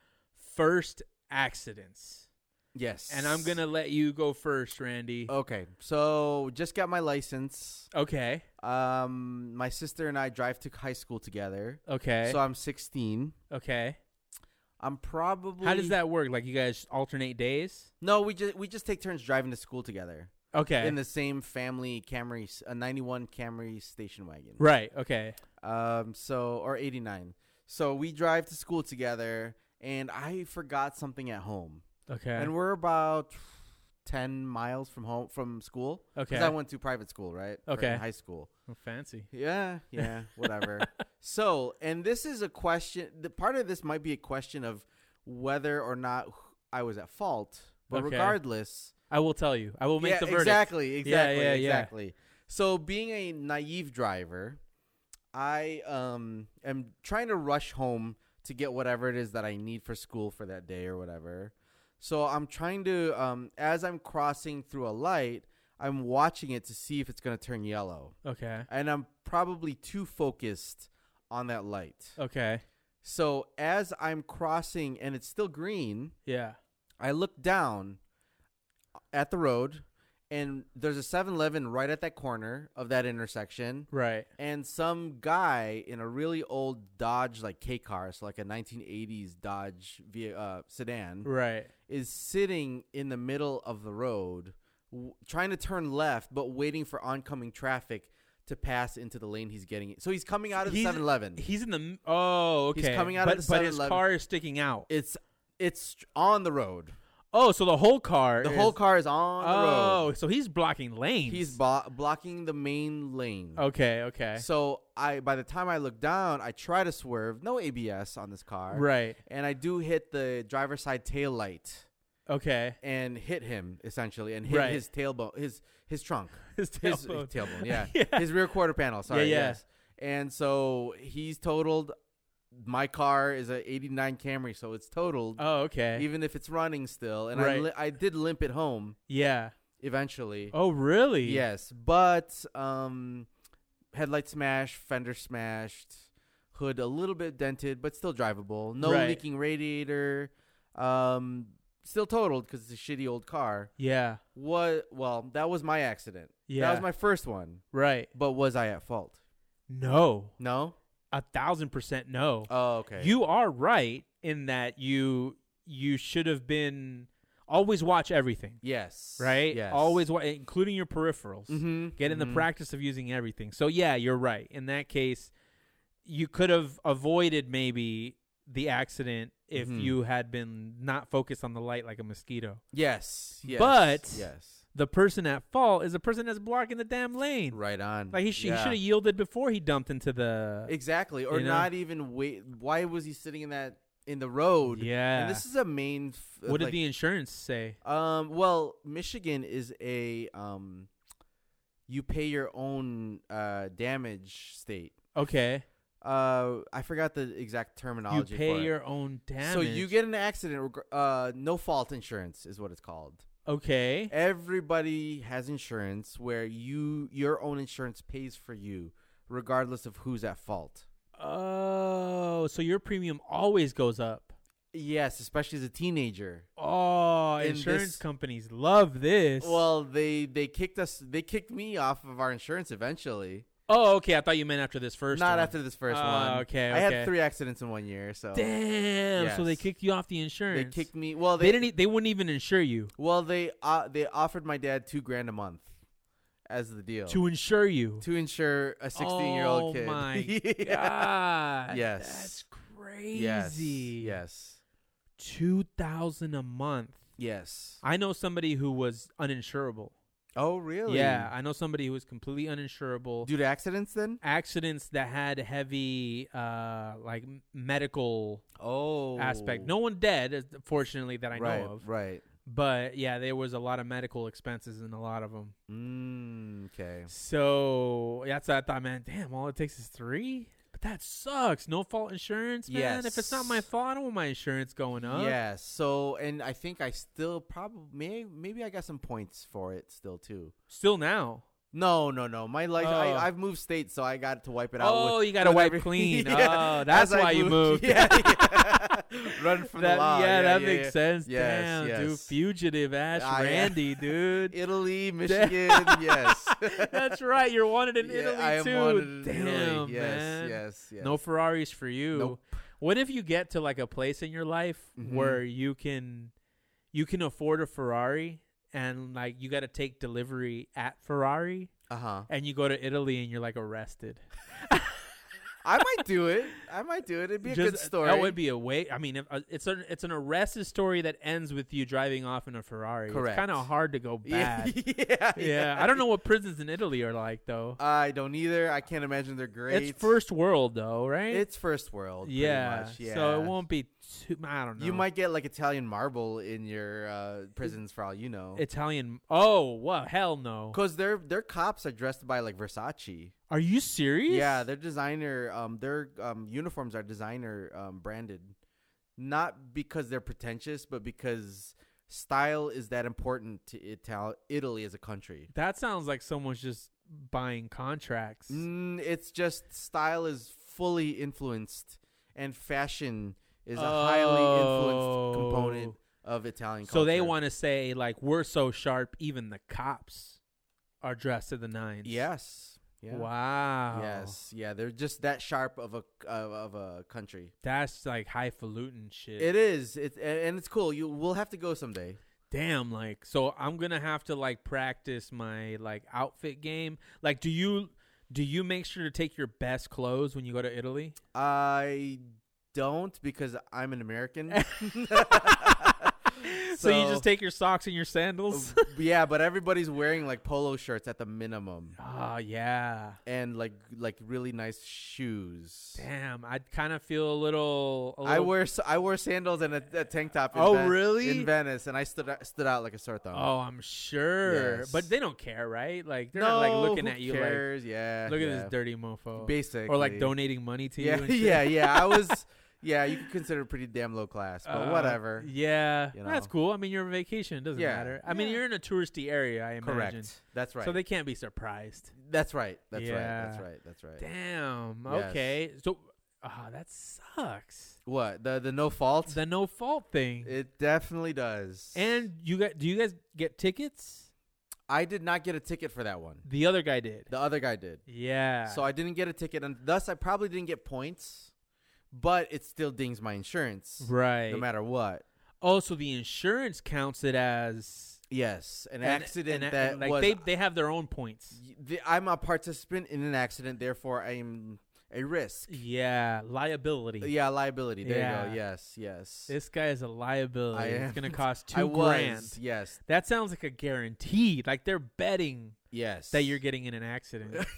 first accidents.
Yes.
and I'm gonna let you go first, Randy.
Okay, so just got my license.
Okay.
Um, my sister and I drive to high school together.
Okay.
So I'm 16.
okay.
I'm probably.
How does that work? Like you guys alternate days?
No, we just we just take turns driving to school together
Okay.
in the same family Camry, s- a '91 Camry station wagon.
right. Okay.
Um, so or '89. So we drive to school together, and I forgot something at home,
Okay.
and we're about ten miles from home from school.
okay.
Because I went to private school, right? Or in
Okay.
high school.
Oh, fancy.
Yeah, yeah, whatever. so, and this is a question. The part of this might be a question of whether or not wh- I was at fault, but
Okay.
regardless,
I will tell you. I will make
yeah,
the verdict.
exactly, exactly,
yeah, yeah.
exactly. So, being a naive driver, I um am trying to rush home to get whatever it is that I need for school for that day or whatever. So I'm trying to um as I'm crossing through a light, I'm watching it to see if it's going to turn yellow
Okay.
and I'm probably too focused on that light.
Okay.
So as I'm crossing and it's still green,
Yeah.
I look down at the road and there's a 7-Eleven right at that corner of that intersection
Right.
and some guy in a really old Dodge like K car, so like a 1980s Dodge via, uh, sedan
Right.
is sitting in the middle of the road w- trying to turn left but waiting for oncoming traffic to pass into the lane he's getting so he's coming out of the
He's-
7-eleven
He's in the m- oh okay.
He's coming out of
but,
the
but his
7-Eleven.
car is sticking out.
it's it's on the road
Oh, so the whole car.
the whole
is-
car is on the
oh,
road
so he's blocking lanes.
he's bo- blocking the main lane
okay. Okay.
so i by the time i look down i try to swerve no abs on this car
right.
and i do hit the driver's side tail light
Okay.
and hit him essentially and hit
Right.
his tailbone his his trunk
His
his,
tailbone.
his tailbone, yeah.
Yeah.
His rear quarter panel, sorry.
yeah.
Yes. And so he's totaled. My car is a 89 Camry, so it's totaled,
Oh, okay.
even if it's running still. And I,
Right.
li- I did limp it home
yeah.
eventually.
Oh, really?
Yes, but um, headlight smashed, fender smashed, hood a little bit dented, but still drivable. No
Right.
leaking radiator. Um, still totaled because it's a shitty old car.
Yeah.
What? Well, that was my accident.
Yeah.
That was my first one.
right.
But was I at fault?
No.
No.
A thousand percent no.
Oh, okay.
You are right in that you you should have been always watch everything,
yes.
right?
Yes.
Always wa- including your peripherals.
Mm-hmm.
Get in the practice of using everything. So yeah, you're right. In that case, you could have avoided maybe the accident if
Mhm.
you had been not focused on the light like a mosquito.
Yes. Yes.
But-
yes.
The person at fault is the person that's blocking the damn lane.
Right on.
Like he, sh- he
Yeah.
should have yielded before he dumped into the
exactly, or
you know?
not even wait. Why was he sitting in that in the road?
Yeah.
And this is a main. F- uh,
what did
like,
the insurance say?
Um. Well, Michigan is a um. You pay your own uh damage state.
Okay,
Uh, I forgot the exact
you
terminology. for
pay
it.
your own damage.
So you get an accident. reg- Uh, no fault insurance is what it's called.
okay.
everybody has insurance where you your own insurance pays for you regardless of who's at fault
Oh, so your premium always goes up.
yes especially as a teenager
Oh,
In
insurance
this-
companies love this.
well they they kicked us they kicked me off of our insurance eventually
oh, okay. I thought you meant after this first.
not
one.
after this first
Ah,
one.
okay,
i
okay.
had three accidents in one year so
Damn. So they
Yes.
kicked you off the
they
insurance.
kicked me well
They,
they,
didn't. e- They wouldn't even insure you
well they uh, they offered my dad two grand a month as the deal
to insure you.
to insure a 16 year old kid
Oh my
yeah.
god.
Yes.
That's
yes
crazy.
yes
Two thousand a month.
yes
I know somebody who was uninsurable.
oh really
Yeah, I know somebody who was completely uninsurable.
due to accidents then
Accidents that had heavy, uh, like m- medical
oh
aspect. No one dead, as- fortunately, that I
right,
know of.
right
But yeah, there was a lot of medical expenses in a lot of them.
mm, okay
So that's what I thought, man. Damn, all it takes is three. But that sucks. No fault insurance, man. If it's not my
Yes.
fault, I don't want my insurance going up.
yeah so and i think i still probably may, maybe i got some points for it still too
Still now.
No, no, no. My life,
Oh.
I, I've moved states, so I got to wipe it out.
oh,
with-
you got to
with
wipe
every-
clean.
Yeah,
Oh, that's
as I
why you moved.
Yeah, yeah. Run from
That-
the law.
yeah, that
yeah,
makes
yeah.
sense.
Yes,
Damn, dude,
yes.
fugitive ass
Ah, yeah.
Randy, dude.
Italy, Michigan, yes.
That's right. You're wanted in
Yeah,
Italy
I am
too.
wanted in
Damn,
Italy. Yes,
man.
yes, yes.
No Ferraris for you.
Nope.
What if you get to like a place in your life
Mhm.
where you can you can afford a Ferrari and like you got to take delivery at Ferrari
Uh huh.
and you go to Italy and you're like arrested.
I might do it. I might do it. It'd be a good
Just-
story.
That would be a way. I mean, if, uh, it's an it's an arrested story that ends with you driving off in a Ferrari.
Correct.
It's kind of hard to go
Yeah,
bad.
yeah,
yeah, I don't know what prisons in Italy are like though.
I don't either. I can't imagine they're great.
It's first world though, right?
It's first world. pretty
yeah,
much, yeah.
So it won't be too. I don't know.
You might get like Italian marble in your uh, prisons for all you know.
Italian. Oh, what? Hell no.
Cause their their cops are dressed by like Versace.
Are you serious?
Yeah, their designer, um, their um, uniforms are designer um, branded, not because they're pretentious, but because style is that important to Ital- Italy as a country.
That sounds like someone's just buying contracts.
Mm, it's just style is fully influenced, and fashion is a highly influenced component of Italian culture.
Oh. So they want to say like we're so sharp, even the cops are dressed to the nines.
yes, yeah.
Wow.
Yes, yeah, they're just that sharp of a of, of a country.
That's like highfalutin shit.
It is, it a- and it's cool. You we'll have to go someday.
Damn, like so I'm gonna have to like practice my like outfit game. Like, do you do you make sure to take your best clothes when you go to Italy?
I don't because I'm an American.
so, you just take your socks and your
Um,
sandals.
yeah, but everybody's wearing like polo shirts at the minimum,
Ah, yeah.
and like like really nice shoes.
Damn, I kind of feel a little. A little
I wear s- I wore sandals and a, a tank top. In
Oh,
Ven-
really?
In Venice, and I stood out- stood out like a sore thumb.
Oh, I'm sure,
Yes.
but they don't care, right? Like they're
no,
not like looking
who
at you
cares? yeah,
like, look
yeah.
at this dirty mofo,
Basically,
or like donating money to
Yeah,
you. And shit.
yeah, yeah. I was. Yeah, you could consider it pretty damn low class, but
Uh,
whatever.
Yeah,
You
that's
know.
cool. I mean, you're on vacation; it doesn't
Yeah,
matter. I mean,
yeah.
you're in a touristy area. I imagine.
Correct. That's right.
So they can't be surprised.
that's right. That's right. That's
Yeah.
right. That's right.
Damn.
Yes.
Okay. So, ah, that sucks.
What the the no fault?
The no fault thing.
It definitely does.
and you got? Do you guys get tickets?
I did not get a ticket for that one.
The other guy did.
The other guy did.
yeah.
So I didn't get a ticket, and thus I probably didn't get points. But it still dings my insurance,
right.
no matter what.
Oh, so the insurance counts it as
Yes, an,
an-
accident
an-
that
like
was.
they they have their own points.
y- the- I'm a participant in an accident, therefore I am a risk.
Yeah, liability.
Yeah, liability. There you
Yeah.
go. Yes, yes.
This guy is a liability.
I
It's
am-
gonna cost
I
two
was.
grand.
Yes,
That sounds like a guarantee. Like they're betting
yes.
that you're getting in an accident.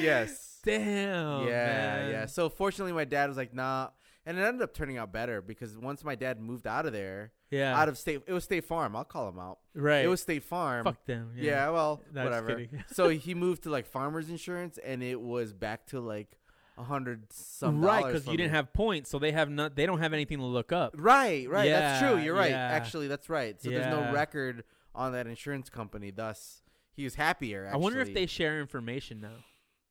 yes.
Damn.
yeah,
man.
yeah. So fortunately, my dad was like, "Nah," and it ended up turning out better because once my dad moved out of there,
Yeah.
out of state, it was State Farm. I'll call him out.
right.
It was State Farm.
fuck them.
Yeah, well,
No, just
whatever.
kidding.
so he moved to like Farmers Insurance, and it was back to like a hundred some
right,
dollars
because you
from
didn't
it.
have points, so they have not. They don't have anything to look up.
Right, right. that's true.
Yeah,
You're right.
yeah.
Actually, that's right. So there's
Yeah.
no record on that insurance company. Thus, he was happier.
I wonder if
actually.
they share information now.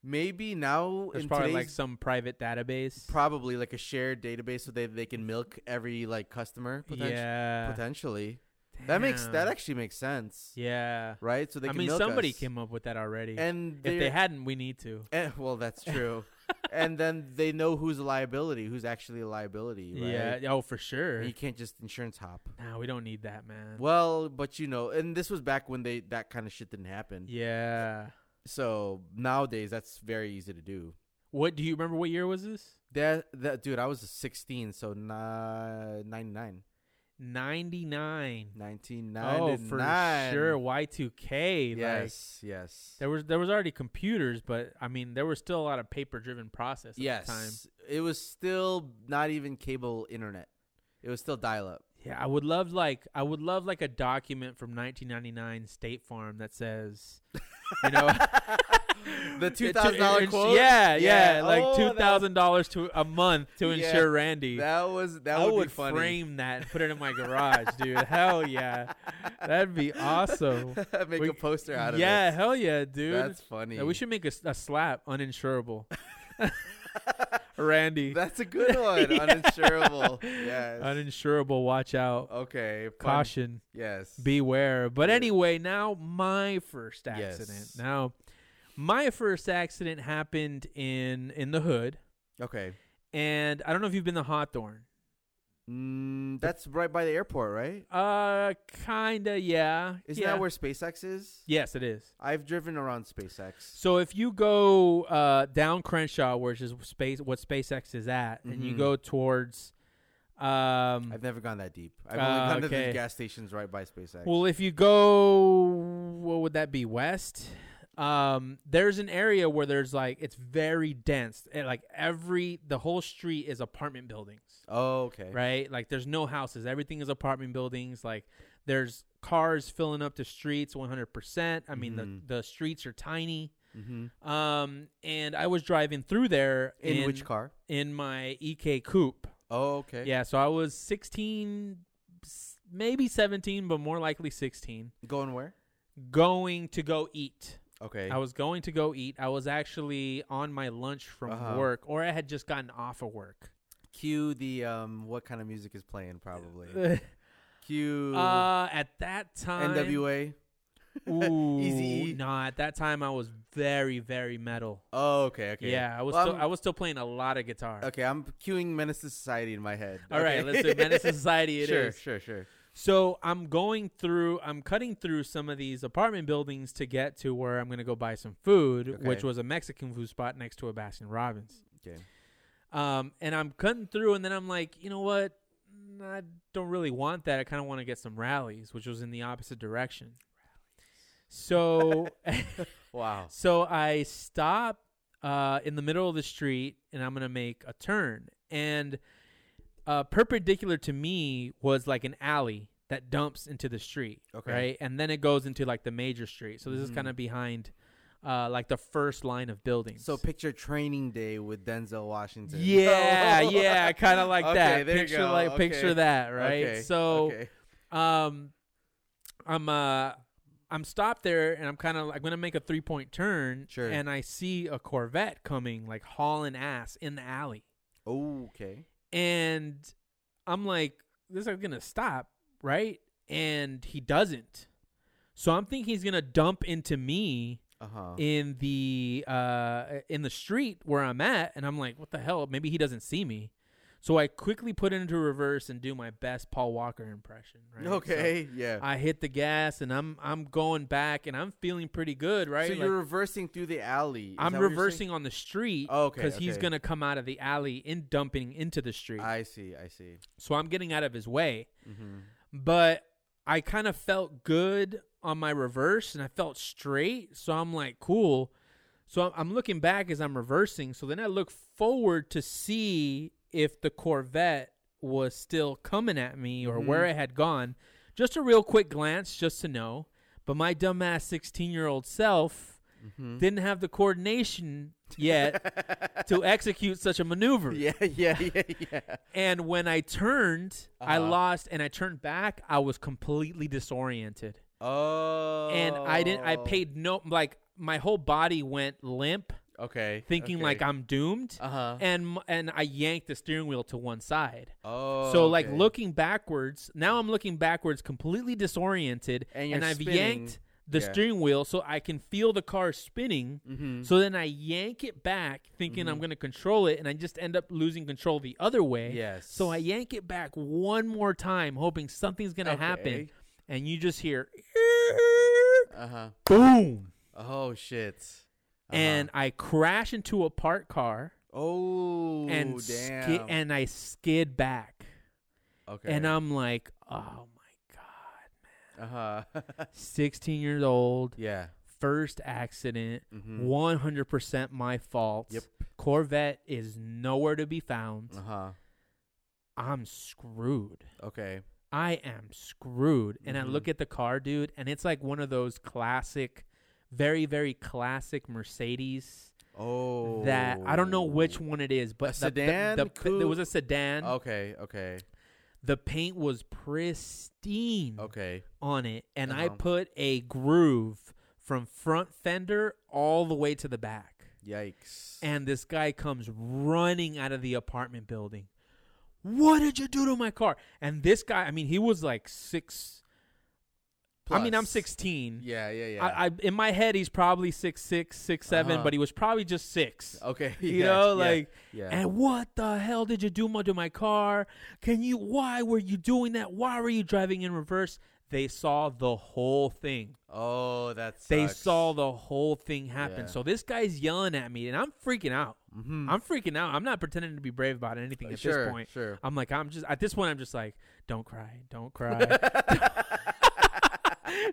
maybe now
There's
in
probably
today's
like some private database.
probably like a shared database so they they can milk every like customer poten-
yeah.
potentially. That makes that
Damn.
actually makes sense,
Yeah.
right? So they
I
can
mean,
milk
somebody
us.
came up with that already.
and
if they
they're-
hadn't, we need to.
eh, well, that's true. and then they know who's a liability, who's actually a liability, right?
Yeah. Oh, for sure.
You can't just insurance hop.
Nah, we don't need that, man.
Well, but you know, and this was back when they that kind of shit didn't happen.
Yeah.
So nowadays, that's very easy to do.
What do you remember? What year was this?
That that dude, I was 16, so ni-
Oh,
99.
Ninety nine. Oh,
1999.
for sure. Y two K. Like
Yes, yes.
there was there was already computers, but I mean there was still a lot of paper driven process at the time.
yes. It was still not even cable internet. It was still dial up.
Yeah, I would love like I would love like a document from 1999 State Farm that says, you know,
The
to- to
$2,000
ins-
quote?
Yeah, yeah,
Yeah.
like
Oh, that-
two thousand dollars to a month to
Yeah,
insure Randy.
That was that
I
would,
would,
be funny.
frame that and put it in my garage, dude. Hell yeah, that'd be awesome.
Make
We-
a poster out of
yeah,
it.
hell yeah, dude.
that's funny.
Yeah, we should make a, s- a slap uninsurable. Randy,
That's a good one.
Yeah.
Uninsurable. Yes.
uninsurable. Watch out.
okay. fun-
Caution.
Yes.
Beware. But
Yeah.
anyway, now my first
Yes.
accident. Now, my first accident happened in in the hood,
okay.
and I don't know if you've been to Hawthorne.
Mm, that's right by the airport, right?
Uh, kinda, yeah.
Isn't
yeah.
that where SpaceX is?
Yes, it is.
I've driven around SpaceX.
So if you go uh down Crenshaw, which is space what SpaceX is at, and you
Mhm.
go towards, um,
I've never gone that deep. I've
Ah,
only gone to
okay.
the gas stations right by SpaceX.
Well, if you go, what would that be? West. Um, there's an area where there's like it's very dense. and like every the whole street is apartment buildings,
oh, okay.
right? Like there's no houses. Everything is apartment buildings. Like there's cars filling up the streets 100%. I mean
Mhm.
the the streets are tiny.
Mm-hmm.
Um, and I was driving through there
In, which car?
in my EK coupe.
Oh, okay.
Yeah, so I was 16 s- maybe 17, but more likely 16
Going where?
going to go eat.
Okay.
I was going to go eat. I was actually on my lunch from
Uh-huh.
work, or I had just gotten off of work.
Cue the um. What kind of music is playing? Probably.
uh,
Cue
at that time,
NWA.
ooh,
Eazy-E.
Nah, at that time I was very, very metal.
Oh, okay. Okay.
Yeah, I was
Well,
still
I'm-
I was still playing a lot of guitar.
Okay, I'm cueing Menace to Society in my head.
All right,
Okay.
let's do Menace to Society. It is.
sure, sure, sure.
So I'm going through, I'm cutting through some of these apartment buildings to get to where I'm going to go buy some food, which
Okay.
was a Mexican food spot next to a Baskin Robbins.
Okay.
Um, and I'm cutting through, and then I'm like, you know what? Mm, I don't really want that. I kind of want to get some rallies, which was in the opposite direction. So,
Wow.
so I stop uh, in the middle of the street, and I'm gonna make a turn. And uh, perpendicular to me was like an alley that dumps into the street,
Okay.
right? And then it goes into like the major street. So this is
Mhm.
kind of behind, uh, like the first line of buildings.
So picture Training Day with Denzel Washington.
Yeah, yeah, kind of like
Okay,
that.
there you
Picture
go.
like
Okay.
picture that, right?
Okay,
So,
okay.
um, I'm uh, I'm stopped there, and I'm kind of like gonna make a three point turn,
Sure.
and I see a Corvette coming, like hauling ass in the alley,
Oh, okay.
and I'm like, this is gonna stop, right? And he doesn't. So I'm thinking he's gonna dump into me
Uh huh.
in the uh in the street where I'm at and I'm like, what the hell? Maybe he doesn't see me. So I quickly put it into reverse and do my best Paul Walker impression. Right?
Okay. yeah.
So I hit the gas and I'm I'm going back and I'm feeling pretty good, right?
So
Like,
you're reversing through the alley. Is
I'm
that what you're saying?
reversing on the street
Oh, okay,
he's
okay.
gonna come out of the alley and dumping into the street.
I see. I see.
so I'm getting out of his way.
hmm
But I kind of felt good on my reverse and I felt straight. So I'm like, cool. So I'm- I'm looking back as I'm reversing. So then I look forward to see if the Corvette was still coming at me or where
Mhm.
it had gone. Just a real quick glance, just to know. But my dumbass 16 year old self
hmm
didn't have the coordination yet to execute such a maneuver.
yeah. Yeah. Yeah. Yeah.
And when I turned, I
Uh-huh.
lost and I turned back, I was completely disoriented.
Oh.
And I didn't I paid no like my whole body went limp
Oh. Okay.
thinking like I'm doomed.
Uh huh.
And m- and I yanked the steering wheel to one side.
Oh.
so like
okay.
looking backwards, now I'm looking backwards completely disoriented
And
and,
you're
I've
spinning.
yanked the
Yeah.
steering wheel so I can feel the car spinning.
Mhm.
So then I yank it back thinking I'm
Mhm.
going to control it and I just end up losing control the other way.
Yes.
So I yank it back one more time, hoping something's gonna happen,
Okay.
and you just hear
Uh huh.
boom,
Oh shit. Uh-huh.
and I crash into a parked car
oh
and
damn.
skid, and I skid back,
okay.
and I'm like, oh my god,
uh huh.
16 years old,
yeah.
first accident,
Mm-hmm.
100 percent my fault.
Yep. Uh-huh.
Corvette is nowhere to be found.
Uh huh.
I'm screwed.
Okay.
I am screwed. And I
Mhm.
look at the car, dude, and it's like one of those classic, very, very classic Mercedes
Oh,
that I don't know which one it is, but
A
the- the-
sedan, Oh.
the- there was a
coupe?
sedan.
Okay, okay,
The paint was pristine
okay.
on it, and I
Uh-huh.
put a groove from front fender all the way to the back.
Yikes.
And this guy comes running out of the apartment building. What did you do to my car? And this guy, I mean, he was like six. I mean, I'm
Plus.
16.
Yeah, yeah, yeah.
I, I in my head he's probably six six, six seven,
Uh-huh.
but he was probably just six.
okay,
You
yeah,
know,
yeah,
like
yeah.
and what the hell did you do mo- to my car? Can you? Why were you doing that? Why were you driving in reverse? They saw the whole thing.
oh, that's
They saw the whole thing happen.
Yeah.
So this guy's yelling at me, and I'm freaking out.
Mm-hmm.
I'm freaking out. I'm not pretending to be brave about anything at
Uh, sure,
this point.
sure.
I'm like, I'm just at this point. I'm just like, don't cry, don't cry,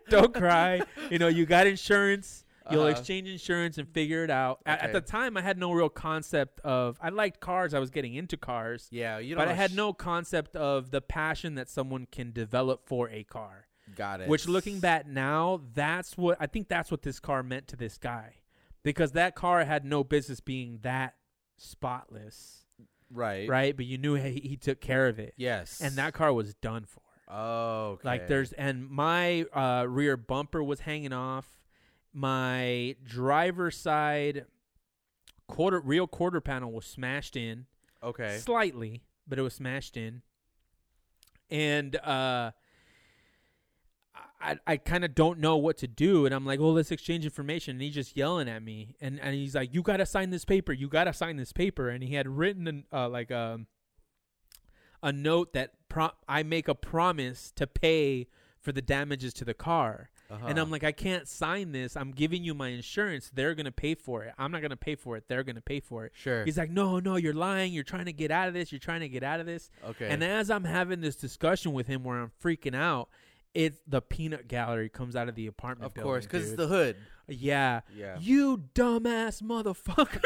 don't cry. You know, you got insurance. You'll
Uh-huh.
exchange insurance and figure it out. A- At,
Okay.
the time, I had no real concept of. I liked cars. I was getting into cars,
yeah, you don't.
but I
know
had
sh-
no concept of the passion that someone can develop for a car.
Got it.
Which, looking back now, that's what I think. That's what this car meant to this guy, because that car had no business being that spotless,
right,
right? But you knew he, he took care of it,
Yes.
and that car was done for.
Oh, okay.
Like there's and my uh, rear bumper was hanging off. My driver's side quarter real quarter panel was smashed in
okay.
slightly, but it was smashed in. And uh, I I kind of don't know what to do, and I'm like, well, let's exchange information. And he's just yelling at me, and and he's like, you gotta sign this paper, you gotta sign this paper. And he had written an, uh, like um a note that prom- I make a promise to pay for the damages to the car.
Uh-huh.
And I'm like, I can't sign this. I'm giving you my insurance. They're gonna pay for it. I'm not gonna pay for it. They're gonna pay for it.
sure.
He's like, no, no, you're lying. You're trying to get out of this. You're trying to get out of this.
okay.
And as I'm having this discussion with him, where I'm freaking out, it's the peanut gallery comes out of the apartment.
of course, because
because
it's the hood.
yeah,
Yeah.
you dumbass motherfucker.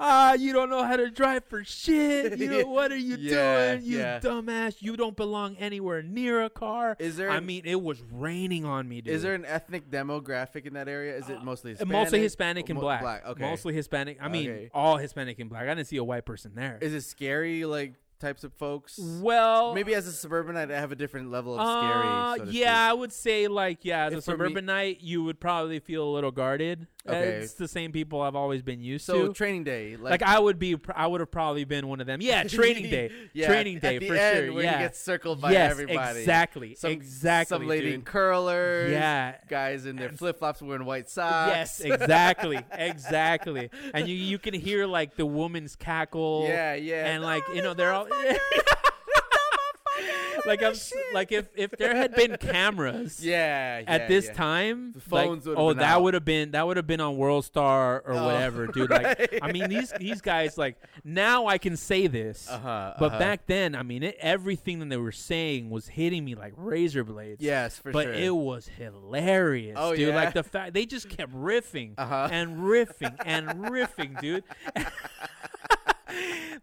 Ah, you don't know how to drive for shit. You,
Yeah.
what are you
Yeah,
doing? You
yeah.
dumbass. You don't belong anywhere near a car.
Is there?
I
an-
mean, it was raining on me, dude.
is there an ethnic demographic in that area? Is it mostly
And
Hispanic?
Uh, Mostly Hispanic and
Mo-
black.
Okay.
Mostly Hispanic. I mean,
Okay.
all Hispanic and black. I didn't see a white person there.
Is it scary? Like types of folks?
well,
Maybe as a suburbanite, I have a different level of
uh,
scary. so to
yeah, I would say like yeah, as a
If for me-
suburbanite, you would probably feel a little guarded. Uh,
Okay.
It's the same people I've always been used
speak. So
to.
training day,
Like,
like,
I would be, pr- I would have probably been one of them. Yeah, training day,
Yeah,
training
at-
day
at the
for
end
sure.
Where
yeah,
you get circled by
yes,
everybody.
exactly,
Some,
exactly.
Some lady in
dude.
curlers.
Yeah.
Guys in their
And-
flip flops wearing white socks.
Yes, exactly, exactly. And you you can hear like the woman's cackle.
yeah, yeah.
oh, and like
Oh,
you know
this
they're all like I'm s- like if if there had been cameras
Yeah, yeah.
at this
yeah.
time
The
like,
phones would've
oh
been
that
out.
would have been that would have been on World Star or
Oh,
whatever dude like
right.
I mean these these guys like now I can say this
Uh-huh,
but
uh-huh.
back then I mean it, everything that they were saying was hitting me like razor blades
Yes, for
but
sure.
it was hilarious,
Oh,
dude.
yeah?
Like the fact they just kept riffing
Uh-huh.
and riffing and riffing, dude.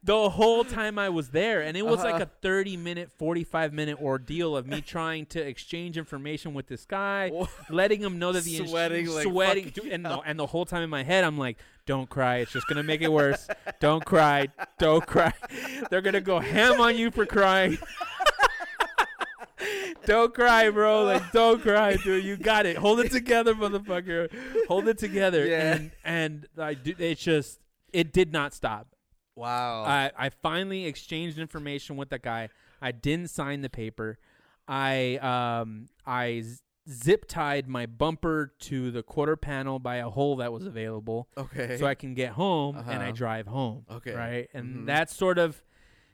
the whole time I was there, and it was like
Uh-huh.
a thirty-minute, forty-five-minute ordeal of me trying to exchange information with this guy,
Wha-
letting him know that the ins-
Sweating like
sweating,
fucking
dude, and the, and the whole time in my head, I'm like, "Don't cry. It's just gonna make it worse. Don't cry. Don't cry. They're gonna go ham on you for crying." Don't cry, bro. Like, don't cry, dude. You got it. Hold it together, motherfucker. Hold it together.
Yeah.
And and like, dude, it just it did not stop.
wow.
I I finally exchanged information with that guy. I didn't sign the paper. I um I z- zip tied my bumper to the quarter panel by a hole that was available,
okay.
so I can get home and I
Uh-huh.
drive home.
Okay.
right, and
Mhm.
that's sort of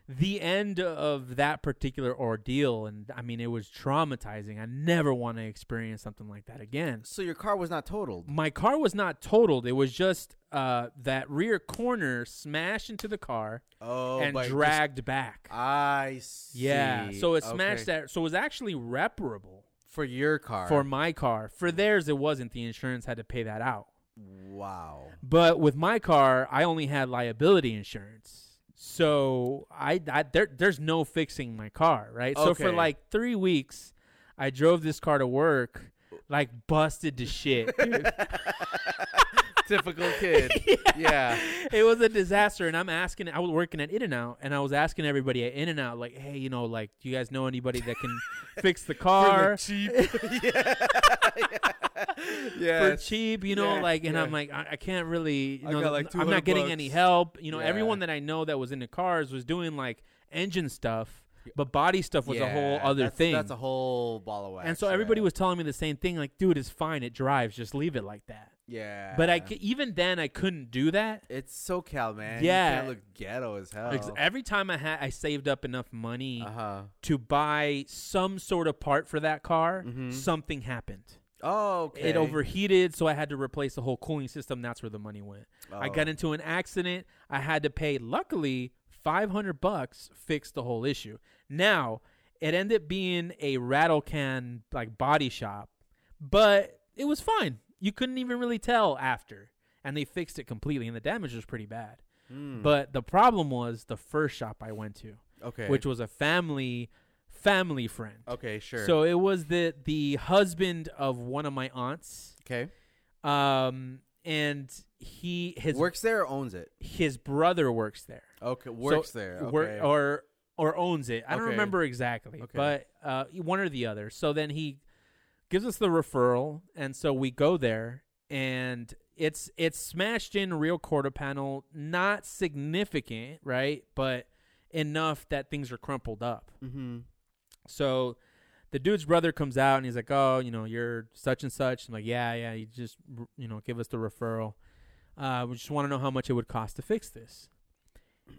the end of that particular ordeal. And I mean, it was traumatizing. I never want to experience something like that again.
so your car was not totaled.
My car was not totaled. It was just uh, that rear corner smashed into the car
Oh,
and
but just-
dragged back.
I see.
yeah, so it smashed
Okay.
that. So it was actually reparable
for your car.
for my car. For theirs, it wasn't. The insurance had to pay that out.
wow.
But with my car, I only had liability insurance. So I, I there, there's no fixing my car, right? So for
Okay.
like three weeks, I drove this car to work, like busted to shit. dude.
Typical kid. yeah.
it was a disaster, and I'm asking. I was working at In and Out, and I was asking everybody at In and Out, like, hey, you know, like, do you guys know anybody that can fix the car?
cheap. yeah.
for
Yes.
cheap, you know,
Yeah,
like, and
yeah.
I'm like, I, I can't really, you
I
know,
got, like,
I'm
200
not getting any
bucks.
help. You know,
Yeah.
everyone that I know that was into cars was doing like engine stuff, but body stuff was a whole
Yeah,
other
that's,
thing.
That's a whole ball of wax.
and so everybody
yeah.
was telling me the same thing, like, dude, it's fine, it drives, just leave it like that.
Yeah.
But I, c- even then, I couldn't do that.
It's SoCal, man.
Yeah.
You can't look ghetto as hell.
Ex- Every time I had, I saved up enough money
Uh huh.
to buy some sort of part for that car.
Mhm.
Something happened.
Oh, okay.
It overheated, so I had to replace the whole cooling system. That's where the money went. I
Oh.
got into an accident. I had to pay, luckily, 500 bucks fixed the whole issue. Now, it ended up being a rattle can like body shop, but it was fine. You couldn't even really tell after. And they fixed it completely and the damage was pretty bad.
Mm.
But the problem was the first shop I went to,
okay.
which was a family family friend.
Okay, sure.
So it was the the husband of one of my aunts.
okay.
Um and he his
works there or owns it?
his brother works there.
Okay,
So,
works there. Okay.
wor- or or owns it. I don't
Okay.
remember exactly,
Okay.
but uh, one or the other. So then he gives us the referral, and so we go there, and it's it's smashed in real quarter panel, not significant, right? But enough that things are crumpled up.
mm-hmm.
So the dude's brother comes out and he's like, "Oh, you know, you're such and such." I'm like, "Yeah, yeah, you just r- you know, give us the referral. Uh, we just want to know how much it would cost to fix this."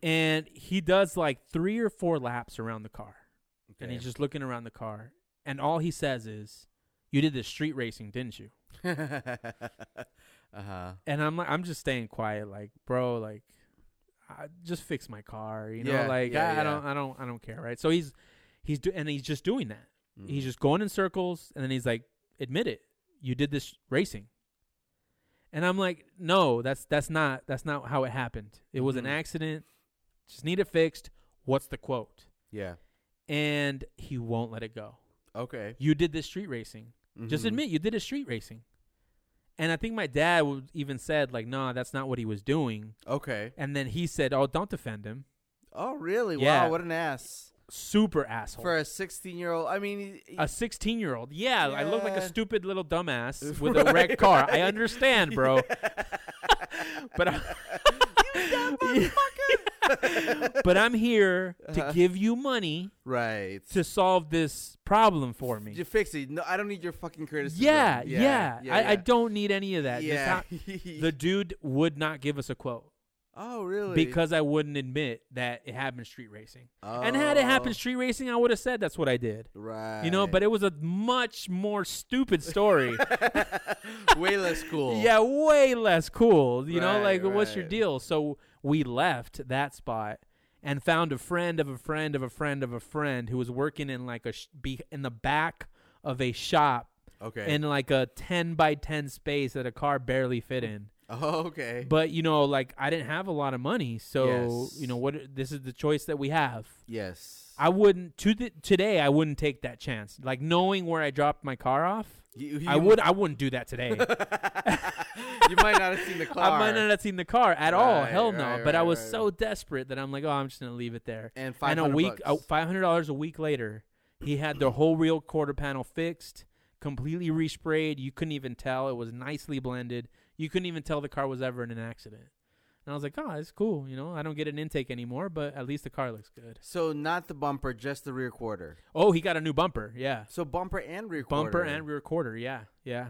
And he does like three or four laps around the car, and he's just looking around the car, and all he says is, "You did the street racing, didn't you?"
Uh-huh. uh huh.
And I'm like, I'm just staying quiet, like, bro, like. I just fix my car, you know.
Yeah,
like I,
yeah,
I
yeah.
don't, I don't, I don't care, right? So he's, he's, do- and he's just doing that.
Mm-hmm.
He's just going in circles, and then he's like, "Admit it, you did this racing." And I'm like, "No, that's that's not that's not how it happened. It was an
Mhm.
accident. Just need it fixed. What's the quote?"
yeah.
And he won't let it go.
Okay.
You did this street racing. Just
Mhm.
admit you did a street racing. And I think my dad would even said like, "No, that's not what he was doing."
Okay.
And then he said, "Oh, don't defend him.
Oh, really?
Yeah.
Wow, what an ass
Super asshole."
for a 16-year-old. I mean, he-
a 16 year old. Yeah, I look like a
Yeah.
stupid little dumbass with a
Right,
wrecked car. I
right.
understand, bro. but I'm, but I'm here to
Uh-huh.
give you money
right.
to solve this problem for me.
You fix it. No, I don't need your fucking criticism.
Yeah, yeah. I, I
yeah.
don't need any of that. That's
Yeah.
how- the dude would not give us a quote
oh, really?
because I wouldn't admit that it happened street racing. And had it happened
Oh,
street racing, I would have said that's what I did.
right?
You know, but it was a much more stupid story.
way less cool.
Yeah, way less cool. You know, like
Right,
what's your
right.
deal? So we left that spot and found a friend of a friend of a friend of a friend who was working in like a sh- be- in the back of a shop
Okay.
in like a 10 by 10 space that a car barely fit in.
oh, okay.
But you know, like I didn't have a lot of money, so
Yes.
you know what this is the choice that we have.
yes.
I wouldn't to th- today I wouldn't take that chance. Like knowing where I dropped my car off,
You-
I
you-
would I wouldn't do that today.
you might not have seen the car.
I might not have seen the car at all.
Right,
Hell no.
right,
but I
right,
was
right,
so desperate that I'm like, oh, I'm just gonna leave it there.
And five
And a
hundred
week, uh,
bucks.
five hundred dollars a week later, he had the whole real quarter panel fixed, completely resprayed. You couldn't even tell it was nicely blended. You couldn't even tell the car was ever in an accident. And I was like, oh, it's cool. You know, I don't get an intake anymore, but at least the car looks good.
so not the bumper, just the rear quarter.
Oh, he got a new bumper. Yeah,
So bumper and rear quarter.
bumper and rear quarter. Yeah, yeah,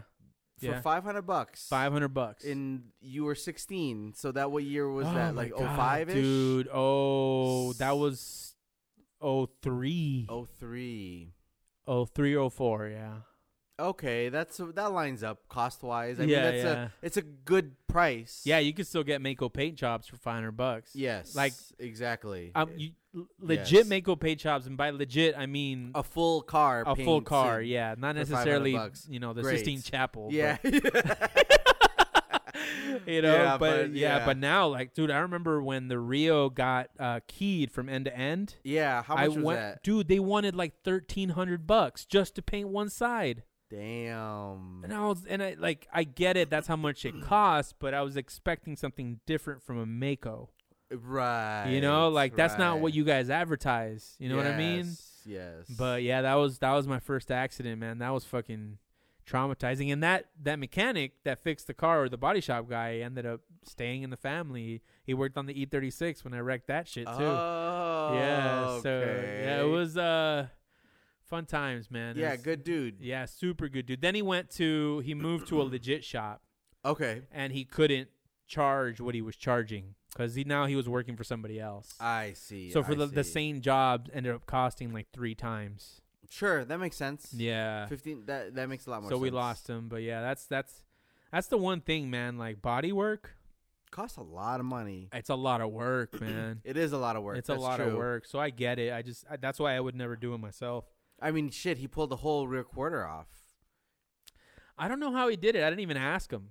for
yeah.
five hundred bucks.
Five hundred bucks.
And you were sixteen. So that what year was
Oh
that?
my
Like
God,
05 ish.
Dude, oh, that was 03.
Oh three.
Oh, 0304, yeah.
Okay, that's that lines up cost wise. I
Yeah,
mean, that's
yeah.
a it's a good price.
Yeah, you could still get Mako paint jobs for 500 bucks.
Yes.
Like,
exactly.
Um, you, l- legit
Yes.
Mako paint jobs, and by legit, I mean
a full car.
a, full
paints
car,
it.
yeah. Not
for 500
necessarily,
bucks.
you know, the
Great.
Sistine Chapel. but-
Yeah.
you know,
Yeah,
but,
but-
yeah,
yeah.
but now like, dude, I remember when the Rio got uh, keyed from end to end.
Yeah, how much
I
was
went,
that?
dude. They wanted like thirteen hundred bucks just to paint one side,
Damn.
and I was, and I like, I get it. That's how much it costs, but I was expecting something different from a Mako.
Right.
You know, like that's not what
right.
you guys advertise. You know what I mean?
Yes, Yes.
But yeah, that was that was my first accident, man. That was fucking traumatizing. And that that mechanic that fixed the car or the body shop guy ended up staying in the family. He worked on the E36 when I wrecked that shit too.
Oh.
yeah, so yeah, it
okay.
was uh fun times, man. It
Yeah,
was-
good dude.
Yeah, super good dude. Then he went to he moved to a legit shop
Okay.
and he couldn't charge what he was charging cuz he now he was working for somebody else.
I see.
so for
I
the, the
see.
same job ended up costing like 3 times.
Sure, that makes sense.
Yeah.
Fifteen. That that makes a lot more.
so we
sense.
lost him but yeah that's that's that's the one thing man like body work
Costs a lot of money.
it's a lot of work man
It is a lot of work.
it's a
That's
lot of
true.
work so i get it i just I, that's why i would never do it myself
I mean, shit. He pulled the whole rear quarter off
i don't know how he did it i didn't even ask him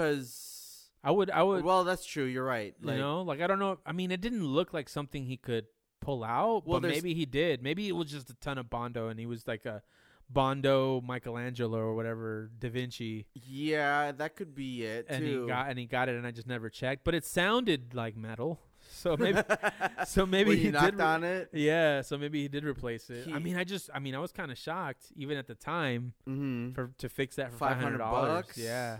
because.
i would i would
Well, that's true. You're right. Like,
you know like i don't know i mean it didn't look like something he could pull out
Well,
but
there's-
maybe he did maybe it was just a ton of bondo and he was like a bondo michelangelo or whatever da vinci
Yeah, that could be it
and
too.
he got and he got it and i just never checked but it sounded like metal so maybe so maybe
Were
he
you knocked
did re-
on it.
Yeah, so maybe he did replace it. I
He-
mean, I just, I mean, I was kind of shocked even at the time
Mm-hmm.
for to fix that for five
Five
hundred
hundred
dollars.
bucks.
Yeah,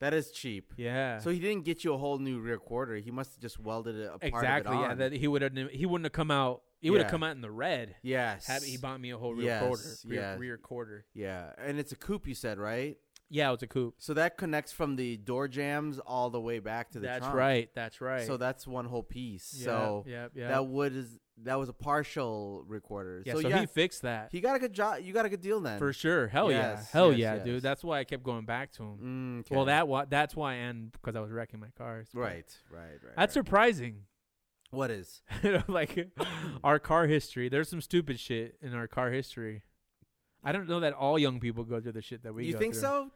that is cheap.
yeah.
So he didn't get you a whole new rear quarter. He must have just welded it a part
exactly.
Of it
Yeah,
on.
that he would have, he wouldn't have come out. He would have
Yeah.
come out in the red.
yes.
Had he bought me a whole rear
Yes,
quarter, rear,
yes.
rear quarter.
yeah, and it's a coupe. You said right.
Yeah, it was a coupe.
So that connects from the door jams all the way back to the
that's
trunk.
right. That's right.
So that's one whole piece.
yeah,
so
yeah, yeah.
that would is that was a partial recorder.
yeah,
so,
so,
yeah,
he
he,
fixed that
got a good job. You got a good deal then.
for sure. Hell
Yes,
yeah, hell
yes,
yeah,
yes.
dude. That's why I kept going back to him.
Mm,
Well,
okay.
that why that's why, and because I was wrecking my cars. but
right, right, right.
That's
right.
surprising.
what is
You know, like our car history. There's some stupid shit in our car history. I don't know that all young people go through the shit that we.
you
go
think
through.
so?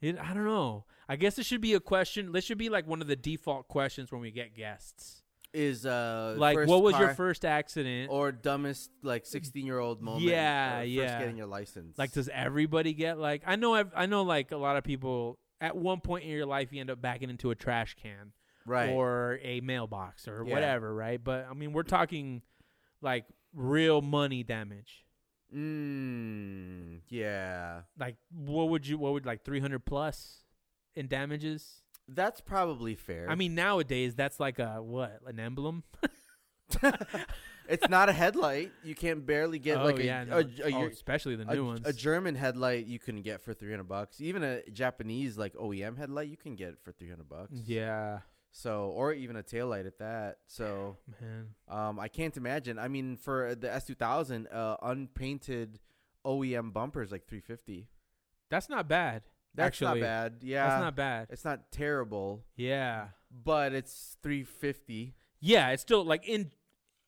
It- I don't know. I guess this should be a question. This should be like one of the default questions when we get guests.
Is uh
like,
first
what was your
car
first accident?
or dumbest like sixteen year old moment?
Yeah,
or first
yeah.
Getting your license.
like, does everybody get like? I know. I've, I know. Like a lot of people. At one point in your life, you end up backing into a trash can
right.
or a mailbox or
Yeah.
whatever, right? But I mean, we're talking like real money damage.
mm, yeah.
like what would you what would like 300 plus in damages
That's probably fair.
i mean nowadays that's like a what an emblem
it's not a headlight. You can't barely get
oh
like a,
yeah
a,
no.
a-
Oh,
your-
especially the
a,
new ones
a German headlight you can get for 300 bucks. Even a Japanese like OEM headlight you can get for 300 bucks.
yeah
So or even a taillight at that. So
man
um I can't imagine. I mean for the S2000 uh unpainted OEM bumpers like 350.
that's not bad
That's
actually
not bad. Yeah.
that's not bad
it's not terrible,
yeah
but it's 350.
yeah it's still like in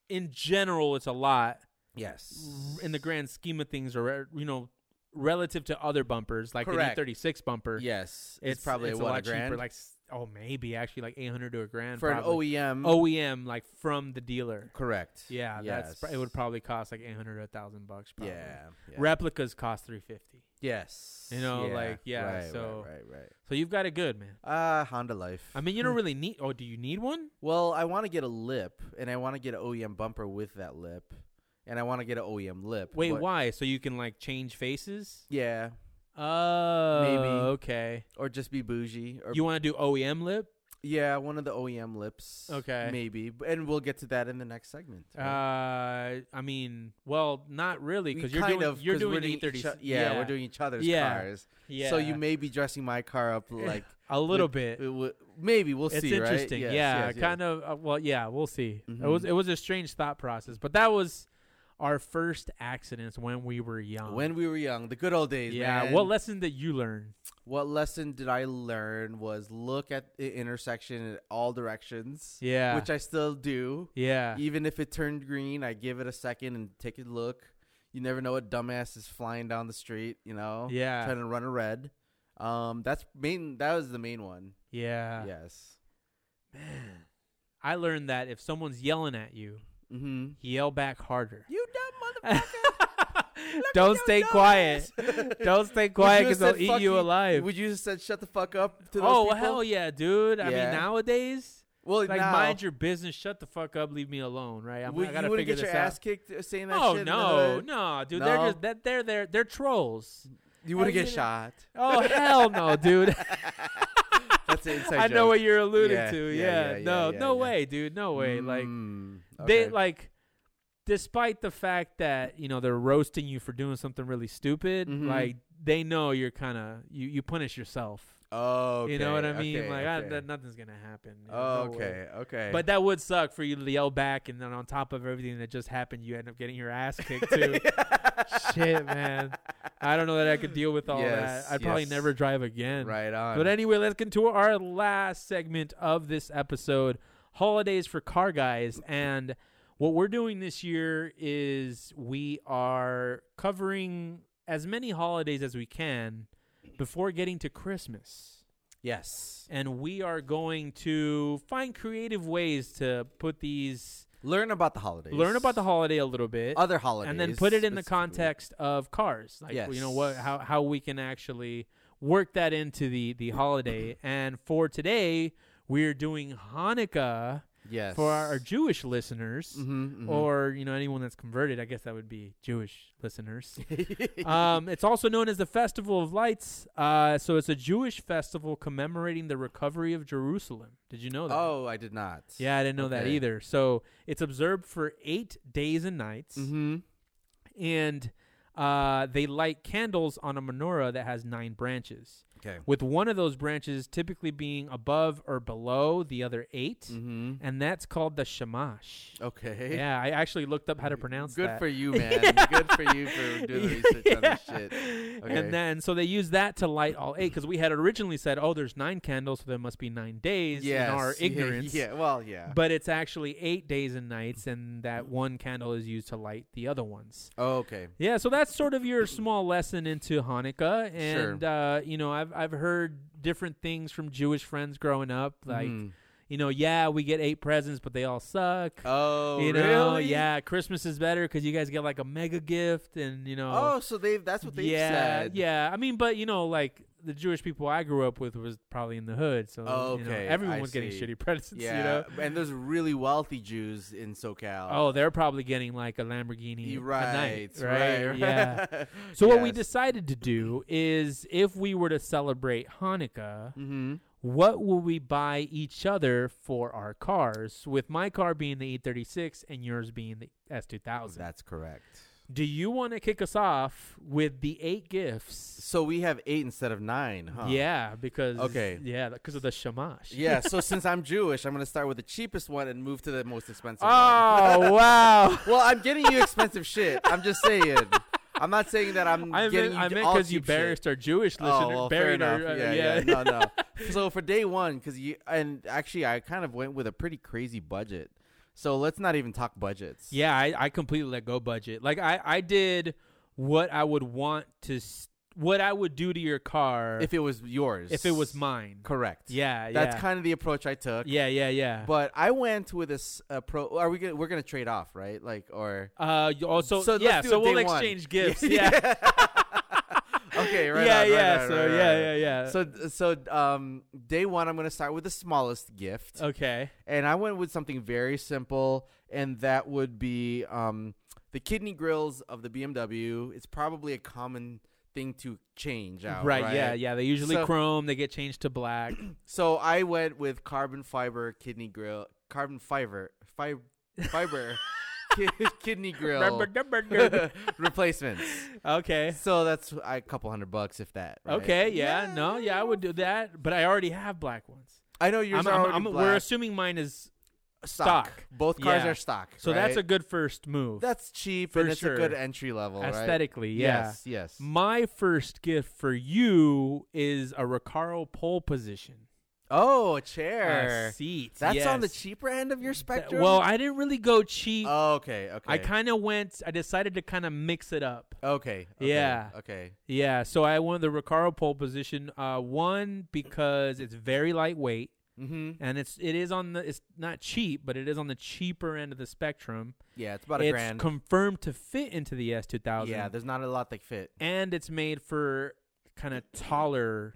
in general it's a lot
Yes.
in the grand scheme of things or uh, you know relative to other bumpers like
Correct.
the e36 bumper
Yes. It's, probably
it's
what,
a lot
grand?
cheaper like s- oh maybe actually like 800 to a grand
for
probably.
an E OEM.
OEM like from the dealer.
correct.
Yeah, that's pr- it would
Yes.
probably cost like 800 or 1000 bucks probably.
Yeah. yeah.
Replicas cost 350.
Yes.
You know, like, yeah,
right, right,
so-
right, right,
So you've got it good, man.
Uh, Honda Life.
I mean, you don't really need Oh, do you need one?
well, I want to get a lip, and I want to get an OEM bumper with that lip, and I want to get an OEM lip.
Wait,
but-
why? So you can like change faces?
Yeah,
Oh,
Maybe.
okay.
or just be bougie, or
You want to do
E
OEM lip?
yeah, one of the OEM lips.
Okay.
maybe, B- and we'll get to that in the next segment.
Uh, I mean, well, not really
We
cuz you're
kind
doing
of-
you're
'cause
doing
we're
the E30.
each o- yeah, we're doing each other's
Yeah.
cars.
yeah.
So you may be dressing my car up like
a little bit.
it would- maybe we'll
it's
see. right?
interesting.
Yes,
yeah,
yes, yes.
kind of. Uh, well, yeah, we'll see. It was
Mhm.
it was a strange thought process, but that was our first accidents when we were young.
When we were young, the good old days.
yeah,
man.
what lesson did you learn?
what lesson did I learn was look at the intersection in all directions,
Yeah,
which I still do.
yeah,
Even if it turned green, I give it a second and take a look. You never know what dumbass is flying down the street, you know,
yeah,
trying to run a red. Um, that's main. That was the main one.
Yeah.
Yes.
Man. I learned that if someone's yelling at you,
Mm-hmm.
yell back harder.
You dumb
Don't stay quiet. Don't stay quiet
you
because
have
they'll
said
eat
fuck
you
you-
alive.
Would you just said shut the fuck up to those
oh
people?
hell yeah, dude! I mean
Yeah.
nowadays,
Well,
like
now,
mind your business, shut the fuck up, leave me alone, right? I'm,
would,
I
you
gotta
wouldn't
figure
get
this
your
out.
ass kicked uh, saying that
oh
shit. in the
no,
hood?
no, dude, they're
No.
just that they're they're they're trolls.
you wouldn't
How
get
you
shot.
Oh hell no, dude!
That's an inside
I know what you're alluding
Yeah,
to.
yeah,
Yeah,
yeah,
no,
yeah,
no
yeah. Mm.
way, dude, no way. Like
okay.
they like, despite the fact that you know they're roasting you for doing something really stupid,
Mhm.
like they know you're kind of you you punish yourself.
Oh,
you know what I
okay,
mean?
okay,
like I,
okay.
that, nothing's gonna happen. you know,
Oh,
no way.
okay, okay.
But that would suck for you to yell back, and then on top of everything that just happened, you end up getting your ass kicked too. Shit, man. I don't know that I could deal with all
Yes,
that. I'd probably
yes.
never drive again.
right on.
But anyway, let's get to our last segment of this episode holidays for car guys. And what we're doing this year is we are covering as many holidays as we can before getting to Christmas
yes,
and we are going to find creative ways to put these
learn about the holidays.
learn about the holiday a little bit
other holidays,
and then put it in the
specifically.
context of cars like you know what
Yes.
how how we can actually work that into the the holiday and for today we're doing hanukkah
Yes,
for our jewish listeners
Mhm, mhm.
or you know anyone that's converted i guess that would be jewish listeners um, it's also known as the Festival of Lights. Uh, so it's a Jewish festival commemorating the recovery of Jerusalem. Did you know that?
oh, I did not.
Yeah, I didn't know that
okay.
either. So it's observed for eight days and nights,
Mm-hmm.
and uh, they light candles on a menorah that has nine branches,
Okay.
with one of those branches typically being above or below the other 8
Mm-hmm.
and that's called the shamash.
Okay.
Yeah, I actually looked up how to pronounce
Good
that.
for you, man. Good for you for doing the research on this shit. Okay.
And then so they use that to light all eight because we had originally said, oh, there's nine candles, so there must be nine days
Yes,
in our
yeah,
ignorance.
Yeah, Well, yeah.
But it's actually eight days and nights, and that one candle is used to light the other ones.
oh, okay.
Yeah, so that's sort of your small lesson into Hanukkah, and uh, you know I've I've heard different things from Jewish friends growing up, like
Mhm.
you know yeah we get eight presents but they all suck,
oh,
you
really?
know yeah Christmas is better because you guys get like a mega gift and you know
Oh, so they—that's what they
yeah,
said.
Yeah, I mean, but you know, like the Jewish people I grew up with was probably in the hood, so
Oh,
you know,
okay,
everyone
I
was getting
see.
shitty presents.
Yeah,
You know?
and there's really wealthy Jews in SoCal.
Oh, they're probably getting like a Lamborghini
You're
a
right,
night,
right,
Yeah.
right.
So what we
Yes.
decided to do is, if we were to celebrate Hanukkah,
Mhm.
what will we buy each other for our cars? With my car being the E36 and yours being the S2000.
That's correct.
do you want to kick us off with the eight gifts?
So we have eight instead of nine, huh?
Yeah, because
Uh, Okay.
yeah, because of the shamash.
Yeah. So since I'm Jewish, I'm gonna start with the cheapest one and move to the most expensive.
Oh wow.
one. Well, I'm getting you expensive shit. I'm just saying. I'm not saying that I'm
I
getting
meant
you
I meant
all
because you
cheap shit.
embarrassed our Jewish listener,
Oh, well, fair
buried
enough.
our uh,
yeah, yeah. no, no. So for day one, because you and actually, I kind of went with a pretty crazy budget. So let's not even talk budgets.
Yeah, I, I completely let go budget. Like I, I did what I would want to, s- what I would do to your car
If it was yours.
if it was mine.
Correct.
Yeah,
That's
yeah.
kind of the approach I took.
yeah, yeah, yeah.
But I went with this uh, pro. Are we gonna we're gonna trade off, right? Like or
uh, you also
So let's
yeah,
do
so
it
we'll
day one.
exchange gifts. Yeah,
okay, right?
yeah,
on, right
yeah.
on, right
so
on,
yeah,
right
yeah, yeah.
on. So so um day one I'm gonna start with the smallest gift,
okay,
and I went with something very simple, and that would be um the kidney grills of the BMW. It's probably a common thing to change out,
right,
right?
Yeah, yeah. They usually
So-
chrome. They get changed to black.
So I went with carbon fiber kidney grill, carbon fiber, fiber, fiber ki- kidney grill replacements.
okay.
So that's a couple hundred bucks if that. right?
Okay, yeah, no, yeah, I would do that, but I already have black ones.
I know yours
I'm,
are
I'm-
already
I'm-
black.
we're assuming mine is
stock.
stock.
Both cars
Yeah.
are stock.
so that's a
right?
good first move
that's cheap
For
and it's a good
sure.
entry level. right?
aesthetically. Yeah.
Yes. Yes.
My first gift for you is a Recaro pole position.
Oh, a
a
chair.
seat.
That's on the
yes.
cheaper end of your
Th-
spectrum.
Well, I didn't really go cheap.
oh, okay, okay,
I kind of went. I decided to kind of mix it up.
okay, okay,
Yeah.
okay.
Yeah, so I won the Recaro pole position. Uh, one because it's very lightweight
Mm-hmm.
and it's it is on the it's not cheap, but it is on the cheaper end of the spectrum.
Yeah, it's about a
it's
grand.
confirmed to fit into the S two thousand.
yeah, there's not a lot that fit.
and it's made for kind of taller,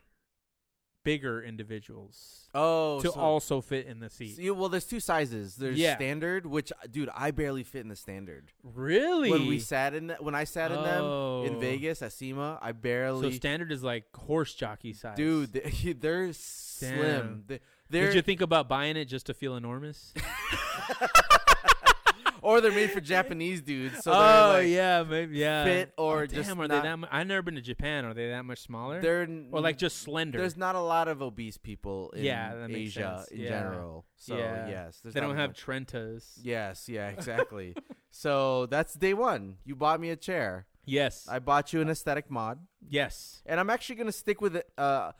bigger individuals
Oh,
to
so,
also fit in the seat.
so you- well, there's two sizes. There's
Yeah.
standard, which uh, dude, I barely fit in the standard.
Really?
When we sat in, th- when I sat in them in
Oh.
Vegas at SEMA, I
so
barely.
standard is like horse jockey size.
dude, they, they're slim.
Damn.
They,
did
they're
you think about buying it just to feel enormous?
or they're made for Japanese dudes. So
oh
they're like,
yeah, maybe yeah.
fit or
Oh,
just
damn, are
not-
they that? Mu- I've never been to Japan. Are they that much smaller?
They're
or like just slender?
There's not a lot of obese people in
Yeah, that makes
Asia
sense.
in
Yeah.
general. So
Yeah.
yes, there's
they
not
don't have
much-
Trentas.
Yes, yeah, exactly. so that's day one. You bought me a chair.
Yes.
I bought you an aesthetic mod,
yes.
and I'm actually gonna stick with it. Uh,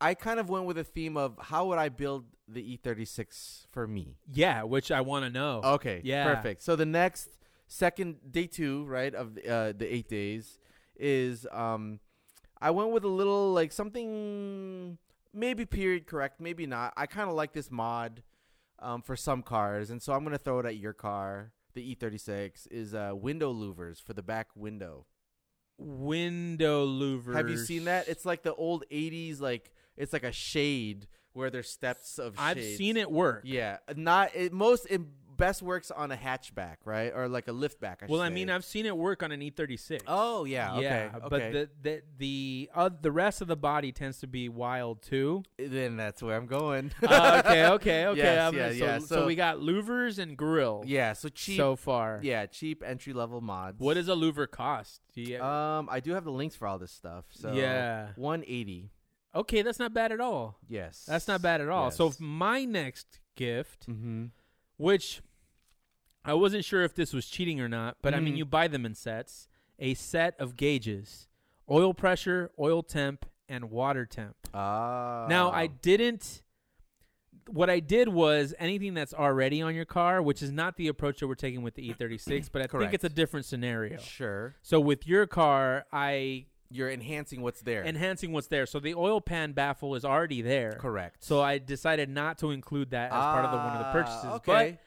I kind of went with a theme of how would I build the E36 for me.
Yeah, which I want to know.
Okay.
Oh, Yeah.
Perfect. So the next second day two, right, of uh, the eight days is um, I went with a little like something maybe period correct, maybe not. I kind of like this mod um, for some cars, and so I'm gonna throw it at your car. The E36 is uh, window louvers for the back window.
Window louvers.
Have you seen that? It's like the old 80s, like it's like a shade where there's steps of.
I've
shades.
seen it work.
Yeah, not it, most it best works on a hatchback, right, or like a liftback. I
well,
should
I
say.
mean, I've seen it work on an E36.
oh yeah, okay,
Yeah,
okay.
but the the the uh, the rest of the body tends to be wild too.
then that's where I'm going.
Uh, okay, okay, okay.
Yes,
I'm-
yeah,
so,
yeah,
so
so-
we got louvers and grill.
yeah, so cheap.
so far.
yeah, cheap entry level mods.
What does a louver cost? Do you-
Um, I do have the links for all this stuff. So
Yeah.
180.
okay, that's not bad at all.
Yes,
That's not bad at all. So
Yes.
f- my next gift,
Mm-hmm.
which I wasn't sure if this was cheating or not, but I mean
Mhm.
you buy them in sets, a set of gauges, oil pressure, oil temp, and water temp.
Ah.
now I didn't what I did was anything that's already on your car, which is not the approach that we're taking with the E36, but I think
Correct.
it's a different scenario.
Oh, sure
So with your car, I
you're enhancing what's there.
enhancing what's there. So the oil pan baffle is already there.
Correct.
So I decided not to include that as part of the one of the
Ah,
purchases.
Okay.
But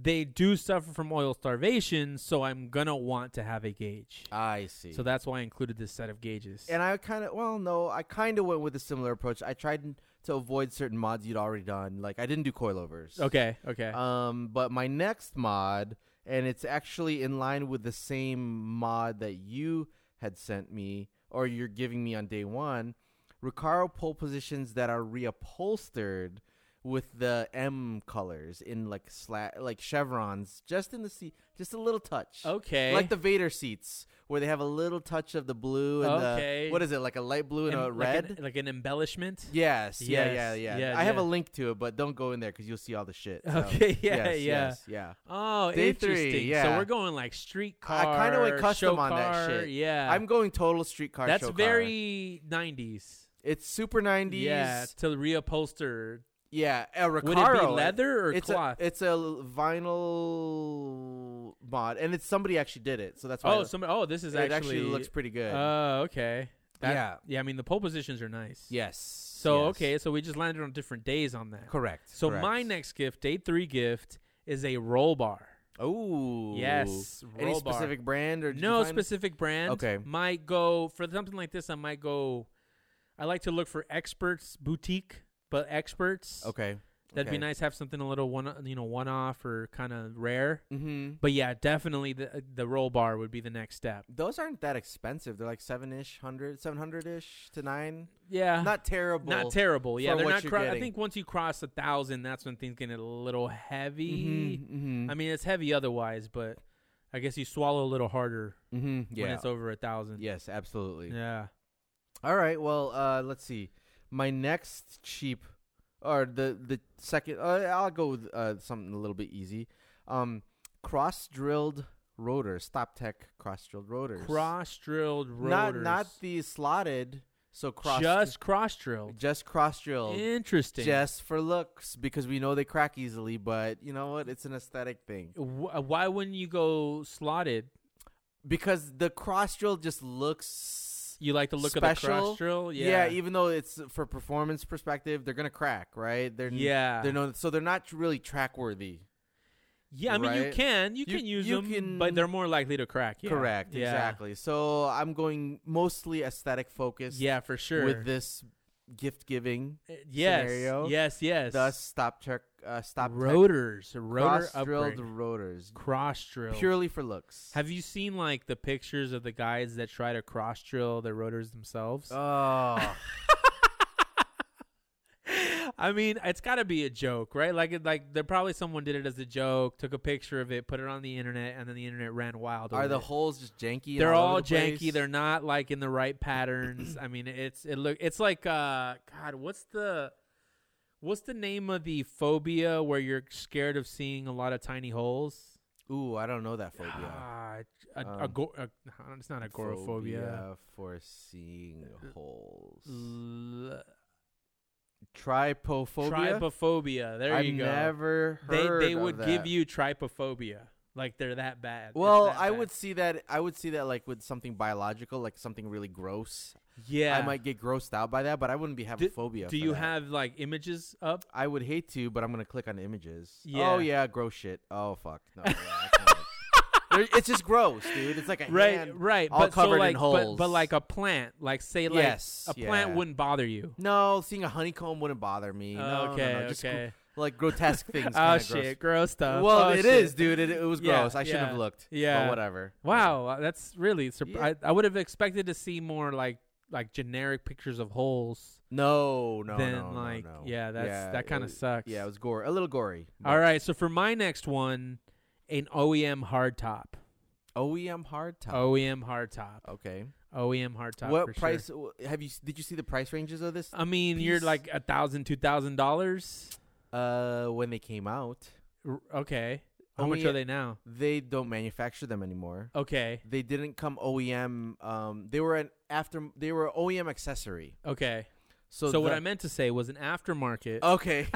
they do suffer from oil starvation, so I'm gonna want to have a gauge.
I see.
So that's why I included this set of gauges.
And I kind of, well, no, I kind of went with a similar approach. I tried n- to avoid certain mods you'd already done. Like I didn't do coilovers.
okay, okay.
Um, but my next mod, and it's actually in line with the same mod that you had sent me or you're giving me on day one, Recaro pole positions that are reupholstered with the M colors in like sla- like chevrons, just in the seat, just a little touch.
okay.
Like the Vader seats, where they have a little touch of the blue and
Okay.
the what is it, like a light blue and,
Em-
a
like
red?
an- like an, embellishment.
yes, yeah, yeah,
Yes,
yeah,
yeah,
I have a
yeah.
link to it, but don't go in there because you'll see all the shit. so.
Okay, yeah,
Yes,
yeah.
yes, yeah.
Oh,
Day three,
interesting. So
yeah.
we're going like street car.
I kinda went
show
custom on that
car,
shit.
Yeah,
I'm going total streetcar.
Uh, that's
show car.
very 90s.
It's super '90s.
Yeah, to reupholster.
yeah. A Recaro.
Would it be
like,
leather or
it's
cloth?
A, it's a vinyl mod, and it's somebody actually did it, so that's why
oh,
it,
some. Oh, this is
it
actually,
actually, looks pretty good.
Oh, okay. That-
Yeah.
yeah. I mean, the pole positions are nice.
yes.
So
yes.
okay, so we just landed on different days on that.
Correct.
So
correct.
my next gift, day three gift, is a roll bar.
Oh.
Yes,
Any
roll bar.
specific brand or did you
No
find-
specific brand.
Okay.
Might go for something like this. I might go. I like to look for experts boutique, but experts.
Okay.
That'd be
okay.
nice. to Have something a little one, you know, one off or kind of rare.
Mm-hmm.
But yeah, definitely the the roll bar would be the next step.
Those aren't that expensive. They're like seven ish, hundred, seven hundred ish to nine.
Yeah.
Ah, Not terrible.
Not terrible. Yeah,
for
they're
what
not.
you're
Cro- I
getting.
think once you cross a thousand, that's when things get a little heavy.
Mm-hmm,
I mean, it's heavy otherwise, but I guess you swallow a little harder
mm-hmm, yeah.
when it's over a thousand.
Yes, absolutely.
Yeah.
All right. Well, uh, let's see. My next cheap, or the the second. Uh, I'll go with uh, something a little bit easy. Um, cross drilled rotors, stop tech cross drilled rotors.
Cross drilled rotors.
Not not the slotted. So cross
just cross drilled.
just cross drill.
Interesting.
Just for looks, because we know they crack easily, but you know what? It's an aesthetic thing.
Wh- uh, Why wouldn't you go slotted?
Because the cross drill just looks
You like the look of the
Special?
cross drill?
yeah.
Yeah.
even though it's for performance perspective, they're gonna crack, right? They're
yeah.
they're no so they're not really track worthy.
yeah. I mean, you
right?
can you,
You-
can use
you
them,
can-
but they're more likely to crack. Yeah.
Correct,
Yeah.
exactly. So I'm going mostly aesthetic focused
Yeah, for sure.
with this gift giving.
Uh, yes,
scenario,
yes, yes.
Thus stop check uh stop tech
rotors, rotor
cross
upgrade,
drilled rotors.
cross drill.
Purely for looks.
Have you seen like the pictures of the guys that try to cross drill their rotors themselves?
oh
I mean, it's got to be a joke, right? Like, it, like there probably someone did it as a joke, took a picture of it, put it on the internet, and then the internet ran wild.
Are
over
the
it.
holes just janky? and
They're all,
over the
janky.
place?
They're not like in the right patterns. I mean, it's it look. It's like uh, God, what's the what's the name of the phobia where you're scared of seeing a lot of tiny holes?
ooh, I don't know that phobia.
Ah, a,
Um,
agor- a, it's not agoraphobia.
Phobia for seeing holes.
Uh, L-
Trypophobia.
Trypophobia. There
I've
you go.
never
they
heard.
they
of
would give
that.
you trypophobia. Like they're that bad. It's
Well,
that
I
bad.
would see that. I would see that like with something biological, like something really gross.
Yeah.
I might get grossed out by that, but I wouldn't be having phobia.
Do
for
you
that.
have like images up?
I would hate to, but I'm gonna click on images.
Yeah.
Oh yeah, gross shit. Oh fuck. No, yeah, I can't. There- it's just gross, dude. It's like a
Right,
hand
right.
all
but
covered
so
in
like, But, but
holes.
like a plant, like say like
Yes,
a plant
yeah.
wouldn't bother you.
No, seeing a honeycomb wouldn't bother me. No, no,
okay,
no, just gr-
okay.
like grotesque things.
oh
kinda gross.
shit, gross stuff. Oh,
Well, it is,
shit.
dude. It, it was
Yeah,
gross. I shouldn't
yeah,
have looked.
yeah.
But whatever.
Wow, uh, that's really surpri-
Yeah.
I, I would have expected to see more like like generic pictures of holes.
No, no,
Then,
no, no,
like,
no.
yeah, that's- that
it
kinda
was-
sucks.
Yeah, it was gore. A little gory.
All right, so for my next one, an OEM hardtop.
OEM hardtop.
OEM hardtop.
Okay.
OEM hardtop. Oh, for
what
sure.
price w- have you s- did you see the price ranges of this?
I mean, you're
piece?
like a thousand, two thousand dollars.
Uh when they came out,
R- Okay, how much
Only-
are they now?
they don't manufacture them anymore.
Okay,
They didn't come OEM um they were an after they were OEM accessory.
okay.
So
So, what
the-
I meant to say was an aftermarket
Okay.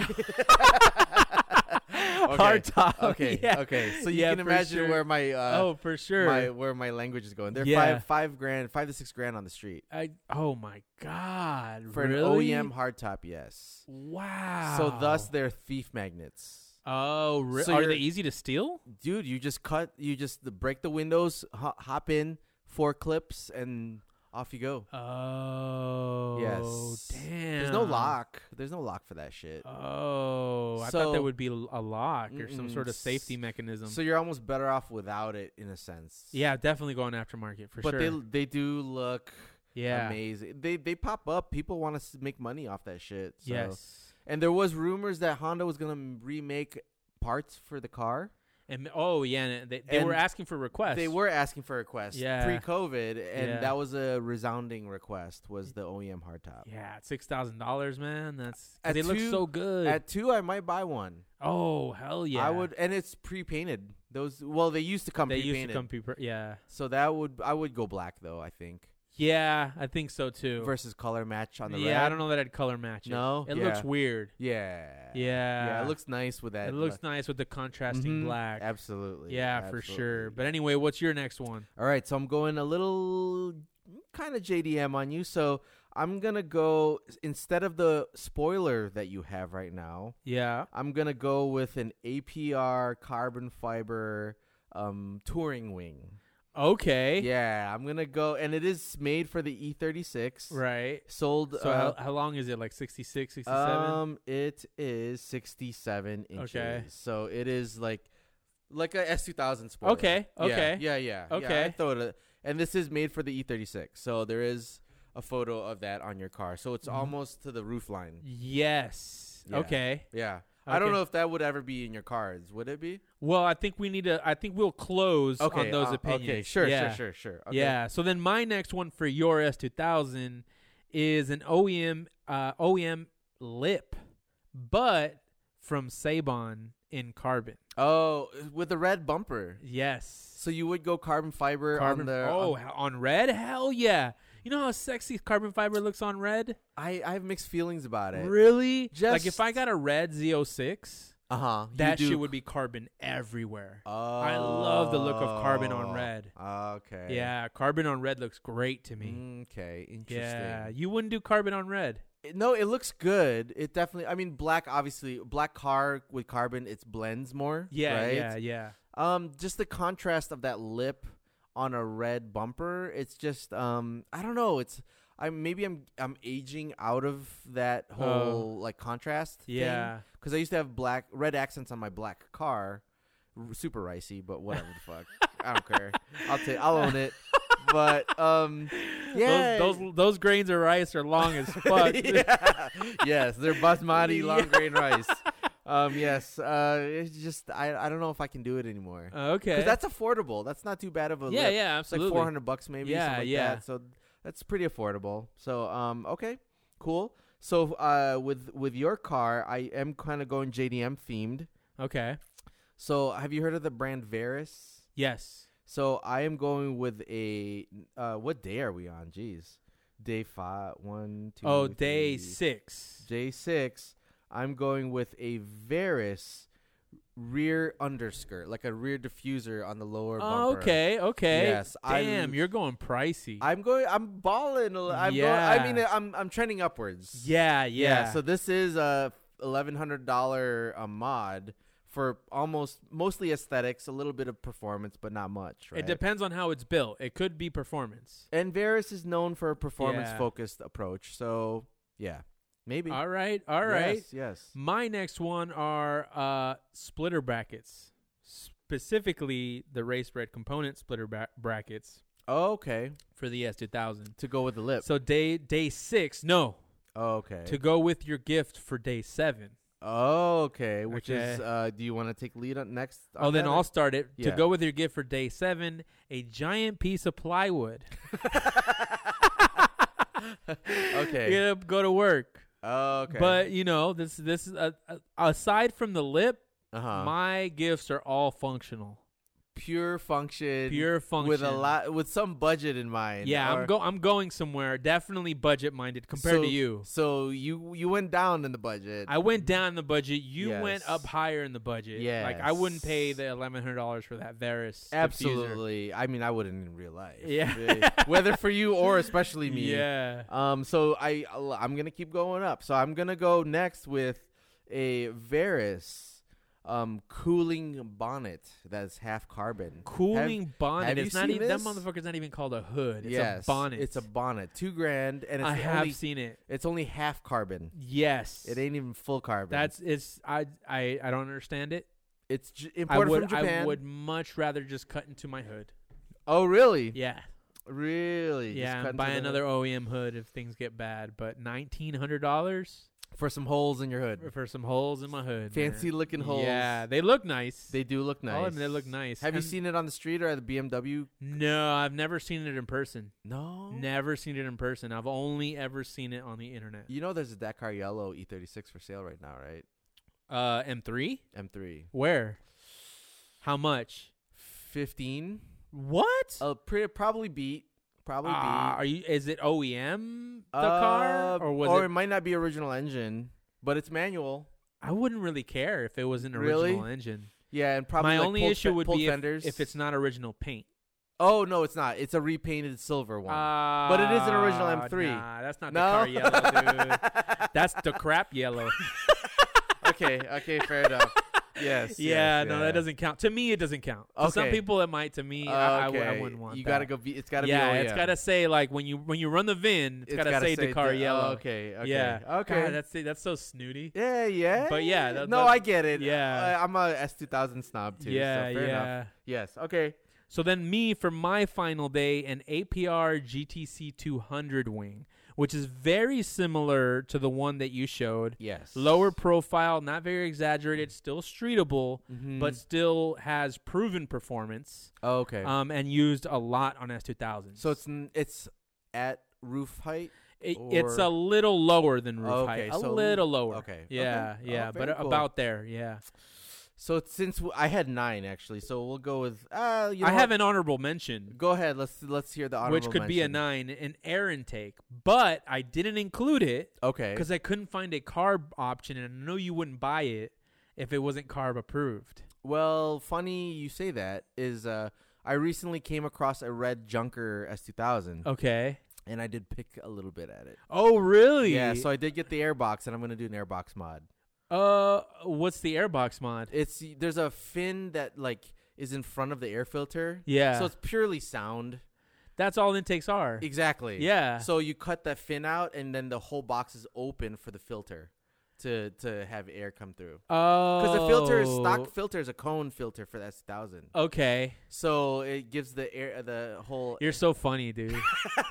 hard top.
Okay.
Yeah.
Okay. So you
Yeah,
can
for
imagine
sure.
where my uh
oh, for sure.
my where my language is going. They're
Yeah.
five five grand, five to six grand on the street
I, oh my god!
for
really?
an E OEM hardtop. Yes.
Wow.
So thus they're thief magnets.
Oh, re-
So
are
you're-
they easy to steal?
Dude, you just cut, you just break the windows, ho- hop in, four clips, and off you go.
Oh.
Yes.
Damn.
There's no lock. There's no lock for that shit.
Oh, I thought there
So-
would be l- a lock or some
Mm-mm.
sort of safety mechanism.
So you're almost better off without it in a sense.
yeah, definitely going aftermarket for
But
sure.
they they do look
yeah.
amazing. They they pop up. People want to make money off that shit. So.
Yes.
And there was rumors that Honda was gonna remake parts for the car.
And oh yeah, and they, they were
And
asking for requests.
They were asking for requests
Yeah.
pre-COVID, and
Yeah.
that was a resounding request. Was the OEM hardtop?
Yeah, six thousand dollars, man. That's 'cause
At
they look
two-
so good.
At two, I might buy one.
oh hell yeah!
I would, and it's pre-painted. Those well, they used to come
They
pre-painted,
used to come people. Yeah,
so that would I would go black though. I think
yeah, I think so too.
versus color match on the
yeah,
red.
I don't know that I'd color match it.
No?
it looks
Yeah.
weird.
Yeah,
Yeah,
yeah. It looks nice with that.
It looks nice with the contrasting
Mhm.
black.
Absolutely.
Yeah, for sure.
absolutely.
But anyway, what's your next one?
All right, so I'm going a little kind of JDM on you. So I'm gonna go instead of the spoiler that you have right now.
Yeah.
I'm gonna go with an APR carbon fiber um, touring wing.
Okay.
Yeah, I'm gonna go, and it is made for the E36.
Right.
Sold.
So
uh,
how, how long is it? Like 66, 67?
um, it is 67 inches. So it is like like a S2000 spoiler.
Okay,
Yeah,
okay,
Yeah. Yeah. yeah,
okay.
I throw it. a- And this is made for the E36. So there is a photo of that on your car. So it's
Mhm.
almost to the roof line.
yes.
Yeah.
Okay.
Yeah. I don't
Okay.
know if that would ever be in your cards. Would it be?
Well, I think we need to. I think we'll close on those
uh,
opinions.
Okay, sure,
yeah.
sure, sure, sure. Okay.
Yeah. So then my next one for your S2000 is an OEM uh, OEM lip, but from Saban in carbon.
Oh, with the red bumper.
Yes.
So you would go carbon fiber
carbon.
on the
oh,
on-
on, on red? Hell yeah. You know how sexy carbon fiber looks on red?
I, I have mixed feelings about it.
Really? like
Just-
if I got a red Z06,
Uh huh.
that shit would be carbon everywhere. I love the look of carbon on red.
Oh, Okay.
Yeah, carbon on red looks great to me.
Okay. Interesting.
yeah, you wouldn't do carbon on red.
It- No, it looks good. It definitely. I mean, black. Obviously, black car with carbon. It blends more.
Yeah,
Right?
yeah, yeah.
Um, just the contrast of that lip on a red bumper. It's just um, I don't know. It's I maybe I'm I'm aging out of that whole like contrast.
Oh. Yeah.
Because I used to have black red accents on my black car, R- super ricey, but whatever the fuck. I don't care. I'll take. I'll own it. But um, yeah.
Those, those those grains of rice are long as fuck.
yeah. yes, they're basmati long grain rice. Um, yes. Uh, it's just I I don't know if I can do it anymore.
Uh, Okay.
Because that's affordable. That's not too bad of a
yeah,
lip.
yeah,
It's like
absolutely.
four hundred bucks maybe.
Yeah,
something like
yeah.
That. So that's pretty affordable. So um, okay, cool. So uh, with with your car, I am kind of going JDM themed.
okay.
So have you heard of the brand Veris?
Yes.
So I am going with a uh, what day are we on? Jeez, day five, one, two.
oh, day
three.
six.
Day six. I'm going with a Veris rear underskirt, like a rear diffuser on the lower
Oh,
bumper.
okay, okay.
Yes, I
Damn,
l-
you're going pricey.
I'm going. I'm balling. a li- I'm yeah.
Yeah.
I mean, I'm I'm trending upwards.
yeah, yeah.
So this is a eleven hundred dollar a mod for almost mostly aesthetics, a little bit of performance, but not much. Right.
It depends on how it's built. It could be performance.
And Varus is known for a performance
Yeah.
focused approach. So yeah, maybe.
All right, all right.
Yes. yes.
My next one are uh, splitter brackets, specifically the race bred component splitter bra- brackets
Oh, okay.
for the S2000.
To go with the lip.
So day day six, no,
oh, okay.
to go with your gift for day seven.
oh, okay. Which is.
Okay.
Uh, do you want to take lead on next?
Oh,
on
then
that?
I'll start it.
Yeah.
To go with your gift for day seven, a giant piece of plywood.
Okay.
Get up, go to work.
Oh, okay.
But you know, this this is a, a- aside from the lip,
uh-huh.
my gifts are all functional,
pure function.
pure function.
with a lot with some budget in mind.
Yeah,
or-
I'm go. I'm going somewhere. Definitely budget minded compared
so-
to you.
So you you went down in the budget.
I went down in the budget. You went up
Yes.
higher in the budget. like I wouldn't pay the eleven hundred dollars for that Varus. diffuser.
absolutely. I mean, I wouldn't in real life.
Yeah.
really. whether for you or especially me.
Yeah.
Um. So I I'm gonna keep going up. So I'm gonna go next with a Varus, um, cooling bonnet that's half carbon. Have-
Cooling bonnet.
have you
it's not
seen
even that
this?
motherfucker's not even called a hood. It's
yes,
a bonnet.
It's a bonnet. Two grand, and it's
I have
only,
seen it.
it's only half carbon.
Yes.
It ain't even full carbon.
That's it's I I I don't understand it.
it's j-
I
imported
would
from Japan.
I would much rather just cut into my hood.
Oh, really?
Yeah.
Really? Just
Yeah,
cut
and
into
buy
the-
another OEM hood if things get bad, but $1900
for some holes in your hood.
for some holes in my hood.
Fancy
man.
looking holes.
Yeah, they look nice.
They do look nice.
I'll admit they look nice.
Have you
And-
seen it on the street or at the BMW?
No, I've never seen it in person.
No.
Never seen it in person. I've only ever seen it on the internet.
You know there's a Dakar Yellow E36 for sale right now, right?
Uh, M3?
M3.
Where? How much?
15.
What?
Uh, pre- probably beat. Probably
Ah,
beat.
are you? Is it OEM the
Uh,
car or was
or
it?
it might not be original engine, but it's manual.
I wouldn't really care if it was an
Really?
original engine.
Yeah, and probably
My
like,
only
pulled
issue
fe-
would
pulled
be if,
fenders.
if it's not original paint.
Oh no, it's not. It's a repainted silver one.
but
it is an original M3.
Nah, that's not
No?
Ah, the car yellow, dude. That's the crap yellow.
okay, okay, fair enough. Yes.
yeah,
yes,
no,
yeah.
that doesn't count. To me, it doesn't count. To some
Okay.
people, it might. To me, I, I w- I wouldn't want.
You
that.
gotta go. Be, E it's gotta
yeah,
be.
it's gotta say like when you when you run the VIN, it's, gotta, say Dakar
the-
yellow.
Oh, okay. Okay.
Yeah.
Okay.
God, that's that's so snooty.
yeah. Yeah.
But yeah, that-
no,
that-
I get it.
yeah.
I, I'm a S2000 snob too.
yeah,
So fair
yeah.
Enough. Yes. Okay.
So then me for my final day an APR GTC 200 wing, which is very similar to the one that you showed.
Yes.
Lower profile, not very
Mm.
exaggerated, still streetable,
Mhm.
but still has proven performance.
Oh, okay.
Um, and used a lot on S2000.
so it's n- it's at roof height.
It, it's
or-
a little lower than roof height.
Okay,
A
so-
little lower.
okay, okay.
Yeah,
Oh,
yeah, but
very cool.
about there. Yeah.
So since w- I had nine actually, so we'll go with. Uh, you know
I
what?
have an honorable mention,
Go ahead. Let's let's hear the honorable
which could be a
mention.
nine, an air intake, but I didn't include it
Okay.
because I couldn't find a carb option, and I know you wouldn't buy it if it wasn't carb approved.
Well, funny you say that is uh I recently came across a red Junker
Oh.
S2000
Okay.
and I did pick a little bit at it.
Oh, really?
Yeah, so I did get the airbox and I'm going to do an airbox mod.
uh, what's the airbox mod?
It's there's a fin that like is in front of the air filter.
Yeah.
So it's purely sound.
That's all intakes are.
Exactly.
Yeah.
So you cut that fin out and then the whole box is open for the filter to to have air come through.
Oh.
Cuz the filter is stock filter is a cone filter for the S2000.
Oh. Okay.
So it gives the air uh, the whole
You're so funny, dude.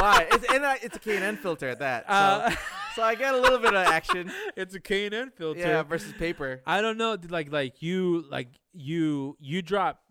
Why? It's, and I, it's a K&N filter at that. So,
Uh,
so I got a little bit of action.
it's a K&N filter.
Yeah, versus paper.
I don't know, dude, like like you like you you drop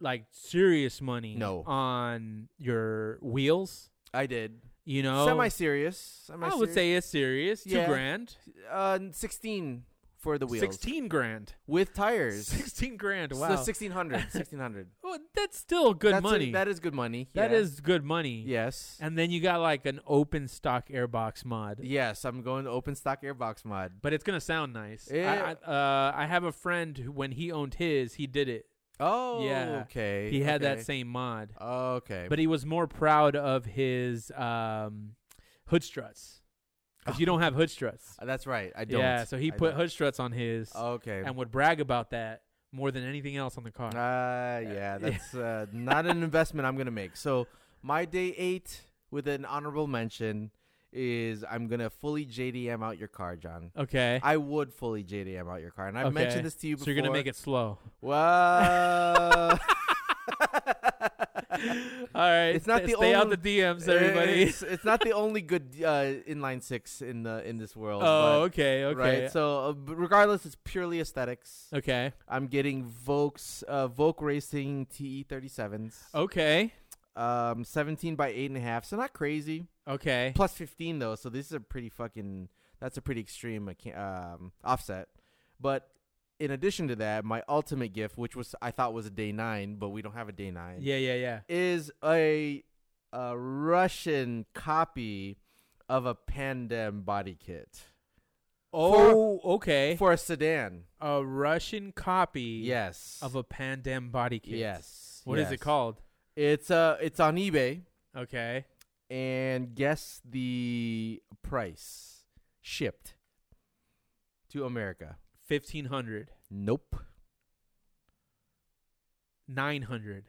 like serious money
No.
on your wheels,
I did.
you know?
Semi-serious.
I would say it's serious.
Yeah.
Two grand.
uh, 16 for the wheels.
Sixteen grand.
With tires.
Sixteen grand.
So
Wow.
1600. 1600.
Well, that's still good
That's a-
money.
that is good money.
That
yeah.
is good money.
Yes.
And then you got like an open stock airbox mod.
yes, I'm going to open stock airbox mod.
But it's gonna sound nice.
Yeah.
I, I, uh, I have a friend who, when he owned his, he did it.
Oh,
Yeah.
okay.
He had that
okay.
same mod,
Okay.
but he was more proud of his um, hood struts. 'Cause you don't have hood struts.
Uh, That's right. I don't.
Yeah, so he
I
put
don't.
hood struts on his
Okay.
and would brag about that more than anything else on the car.
Uh, yeah, that's uh, not an investment I'm gonna make. So my day eight with an honorable mention is I'm gonna fully JDM out your car, John.
okay.
I would fully JDM out your car, and I've
Okay.
mentioned this to you
so
before.
you're gonna make it slow.
Well,
All right.
It's not
sta-
the
stay out
only-
the DMs, everybody.
Eh, It's, it's not the only good uh, inline six in the in this world.
Oh,
but-
okay, okay,
Right. So uh, but regardless, it's purely aesthetics.
okay,
I'm getting Volks uh, Volk Racing TE 37s.
Oh. okay,
Um, 17 by eight and a half, so not crazy.
okay.
Plus 15 though, so this is a pretty fucking. That's a pretty extreme acca- um, offset. But in addition to that, my ultimate gift, which was I thought was a day nine, but we don't have a day nine,
Yeah, yeah, yeah.
is a a Russian copy of a Pandem body kit
Oh, okay.
for a sedan.
a Russian copy
Yes.
of a Pandem body kit.
yes.
What is it
yes.
called?
It's uh, it's on eBay.
Okay.
and guess the price shipped to America.
1500,
Nope.
900.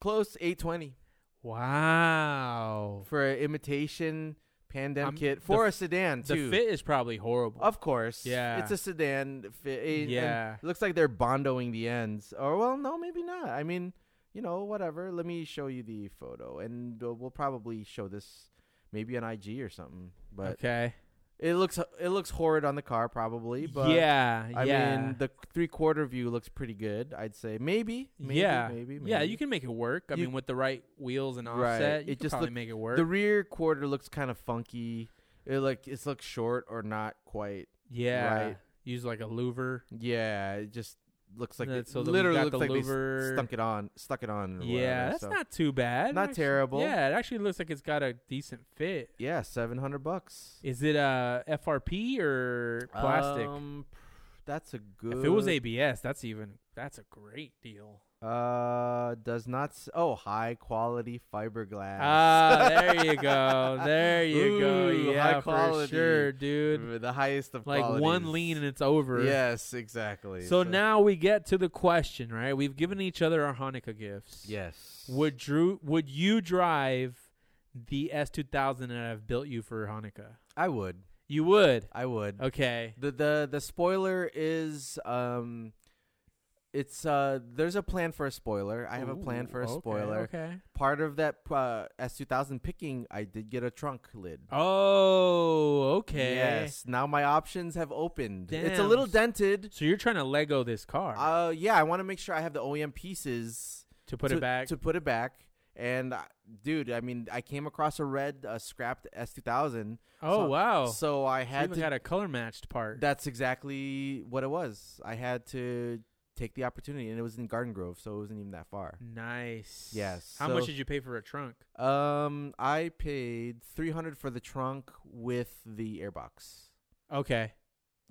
Close 820
Wow.
for an imitation pandem
Um,
kit
the
for a
f-
sedan
The
too.
fit is probably horrible.
Of course.
Yeah.
It's a sedan fit. Oh, and- and
Yeah.
It looks like they're bondoing the ends. Or well, no, maybe not. I mean, you know, whatever. Let me show you the photo and we'll we'll probably show this maybe on IG or something. But
okay.
it looks it looks horrid on the car probably, but
yeah,
I
yeah.
mean, the three quarter view looks pretty good. I'd say maybe, maybe
yeah,
maybe, maybe.
yeah. You can make it work. I
You-
mean, with the right wheels and
Right.
offset, you
It
can
just
probably
look-
make it work.
The rear quarter looks kind of funky. It like it's looks short or not quite.
yeah,
right.
use like a louver.
Yeah, it just looks like
Yeah,
it
so then we
literally
got
looks
the
like they
louver.
s- stuck it on, stuck it on. or
Yeah,
whatever,
that's
so.
not too bad.
Not
Actu-
terrible.
Yeah, it actually looks like it's got a decent fit.
Yeah, seven hundred bucks.
Is it uh, FRP or plastic?
Um, pr- that's a good.
if it was ABS, that's even that's a great deal.
uh, does not. S- oh, high quality fiberglass.
Ah, there you go, there you go.
Ooh, high
Yeah, for
quality.
sure, dude.
the highest of
Like one
qualities.
lean and it's over.
Yes, exactly.
So now we get to the question, right? We've given each other our Hanukkah gifts.
yes,
Would Drew? Would you drive the S two thousand that I've built you for Hanukkah?
I would.
You would.
I would.
Okay.
The the the spoiler is um it's uh there's a plan for a spoiler. I have a plan
Ooh,
for a
okay,
spoiler.
Okay.
Part of that uh, S2000 picking, I did get a trunk lid.
Oh, okay.
Yes. Now my options have opened. It's a
Damn.
little dented.
So you're trying to Lego this car
Uh yeah, I want to make sure I have the OEM E pieces
to put
to,
it back.
to put it back And uh, dude, I mean, I came across a red uh, scrapped S2000.
Oh
so-
wow! So
So I
we
had
even
to.
got a color matched part.
that's exactly what it was. I had to take the opportunity, and it was in Garden Grove, so it wasn't even that far.
nice.
Yes,
How much
so-
did you pay for a trunk?
Um, I paid three hundred for the trunk with the airbox.
Okay,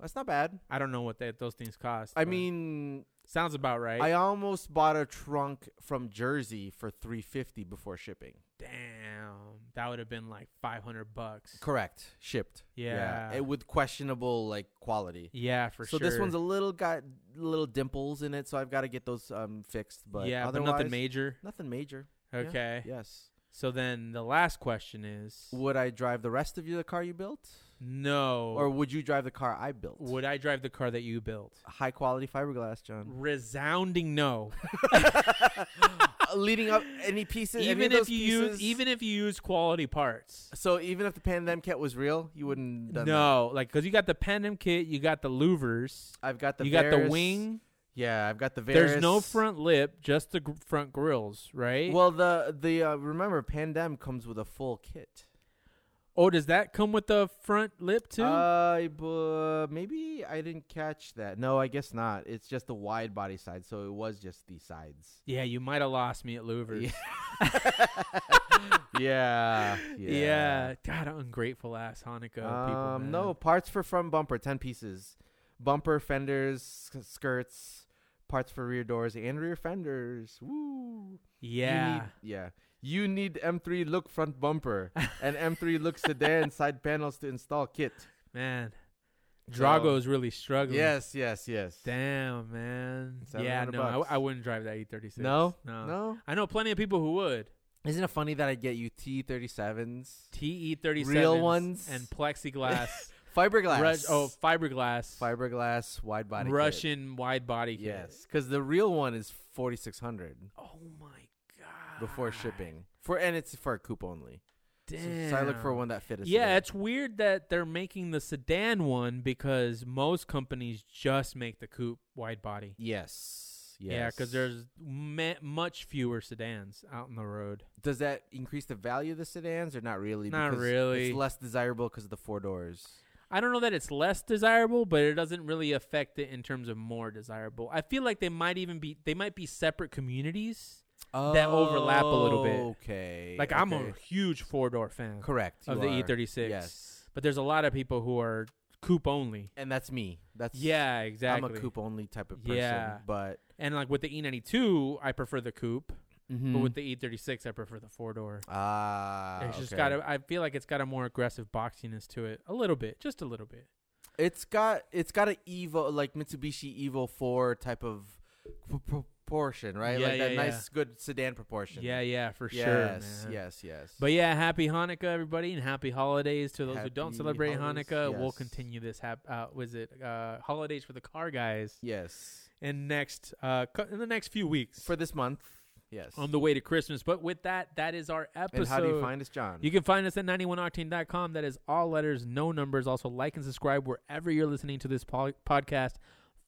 That's not bad.
I don't know what that those things cost.
I
but
mean,
sounds about right.
I almost bought a trunk from Jersey for three fifty before shipping.
Damn, that would have been like five hundred bucks.
Correct, shipped.
Yeah.
it, with questionable like quality.
Yeah, for
so
sure.
this one's a little got little dimples in it, so I've got to get those um fixed. But
yeah, but
otherwise,
nothing Eh. major.
Nothing major.
Okay.
Yes.
So then the last question is
Would I drive the rest of you the car you built,
no.
or would you drive the car I built?
Oh. would I drive the car that you built?
high quality fiberglass, John.
Resounding no.
Uh, Leading up any pieces, any
even
of
if
those
you
pieces,
use even if you use quality parts.
so, even if the pandemic kit was real, you wouldn't done that.
No, like because you got the Pendant kit, you got the louvers,
I've got the
you got the
Varus-
wing.
Yeah, I've got the Varus.
There's no front lip, just the gr- front grills, right?
Well, the the uh, remember Pandem comes with a full kit.
oh, does that come with the front lip too?
I bu- maybe I didn't catch that. No, I guess not. It's just the wide body side, so it was just the sides.
yeah, you might have lost me at louvers.
Yeah. yeah, yeah.
Yeah. God, ungrateful ass Hanukkah people.
Um,
man.
no parts for front bumper, ten pieces, bumper fenders, sk- skirts, parts for rear doors and rear fenders. Woo! You
Yeah.
need- yeah. You need M3 look front bumper and M3 look sedan side panels to install kit.
man.
So-
Drago's really struggling.
Yes, yes, yes.
Damn, man.
Seven
yeah,
hundred
no, I, w-
bucks.
I wouldn't drive that E36.
No?
No.
No.
I know plenty of people who would.
Isn't it funny that I get you T37s?
TE37
Real ones?
E and plexiglass.
Fiberglass.
Rus- oh, fiberglass.
fiberglass wide body. kit.
Russian wide body kit.
Yes, cuz the real one is 4600
Oh my god.
before shipping. For and it's for a coupe only. So-
Damn.
So I look for one that fit us.
Yeah, it's weird that they're making the sedan one because most companies just make the coupe wide body.
yes. Yes.
Yeah, because there's ma- much fewer sedans out on the road.
does that increase the value of the sedans or not really?
Not
Because
really.
It's less desirable because of the four doors.
I don't know that it's less desirable, but it doesn't really affect it in terms of more desirable. I feel like they might even be they might be separate communities. That overlap a little bit.
Okay.
Like I'm a
okay.
huge four door fan,
correct
of the
you
E
are.
E36.
Yes,
but there's a lot of people who are coupe only.
and that's me. That's
Yeah, exactly.
I'm a coupe only type of person.
Yeah.
But
And like with the E92, I prefer the coupe, but
Mhm.
with the E36, I prefer the four door.
ah,
It's just
okay.
got. A, I feel like it's got a more aggressive boxiness to it, a little bit, just a little bit.
It's got it's got an Evo like Mitsubishi Evo Four type of p- proportion, right?
Yeah,
like that
yeah,
nice good sedan proportion.
Yeah, yeah, for
yes,
sure. man.
yes, yes.
But yeah, happy Hanukkah, everybody, and happy holidays to those who don't
Happy
celebrate
holidays,
Hanukkah. We'll
yes.
continue this. Hap- uh, was it uh, holidays for the car guys
yes,
in next uh, cu- in the next few weeks
for this month. Yes.
on the way to Christmas. But with that, that is our episode.
and how do you find us, John?
You can find us at 91octane.com. That is all letters, no numbers. Also, like and subscribe wherever you're listening to this po- podcast.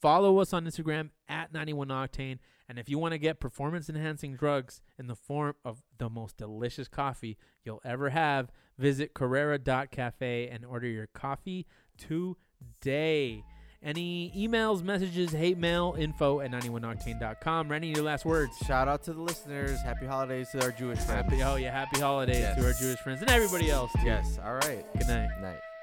Follow us on Instagram at 91octane. And if you want to get performance enhancing drugs in the form of the most delicious coffee you'll ever have, visit Carrera.cafe and order your coffee today. Any emails, messages, hate mail, info at 91octane.com. Randy, your last words.
Shout out to the listeners. Happy holidays to our Jewish friends.
Happy, oh, yeah, happy holidays to our
Yes.
Jewish friends and everybody else. Too.
Yes. All right.
Good night.
Night.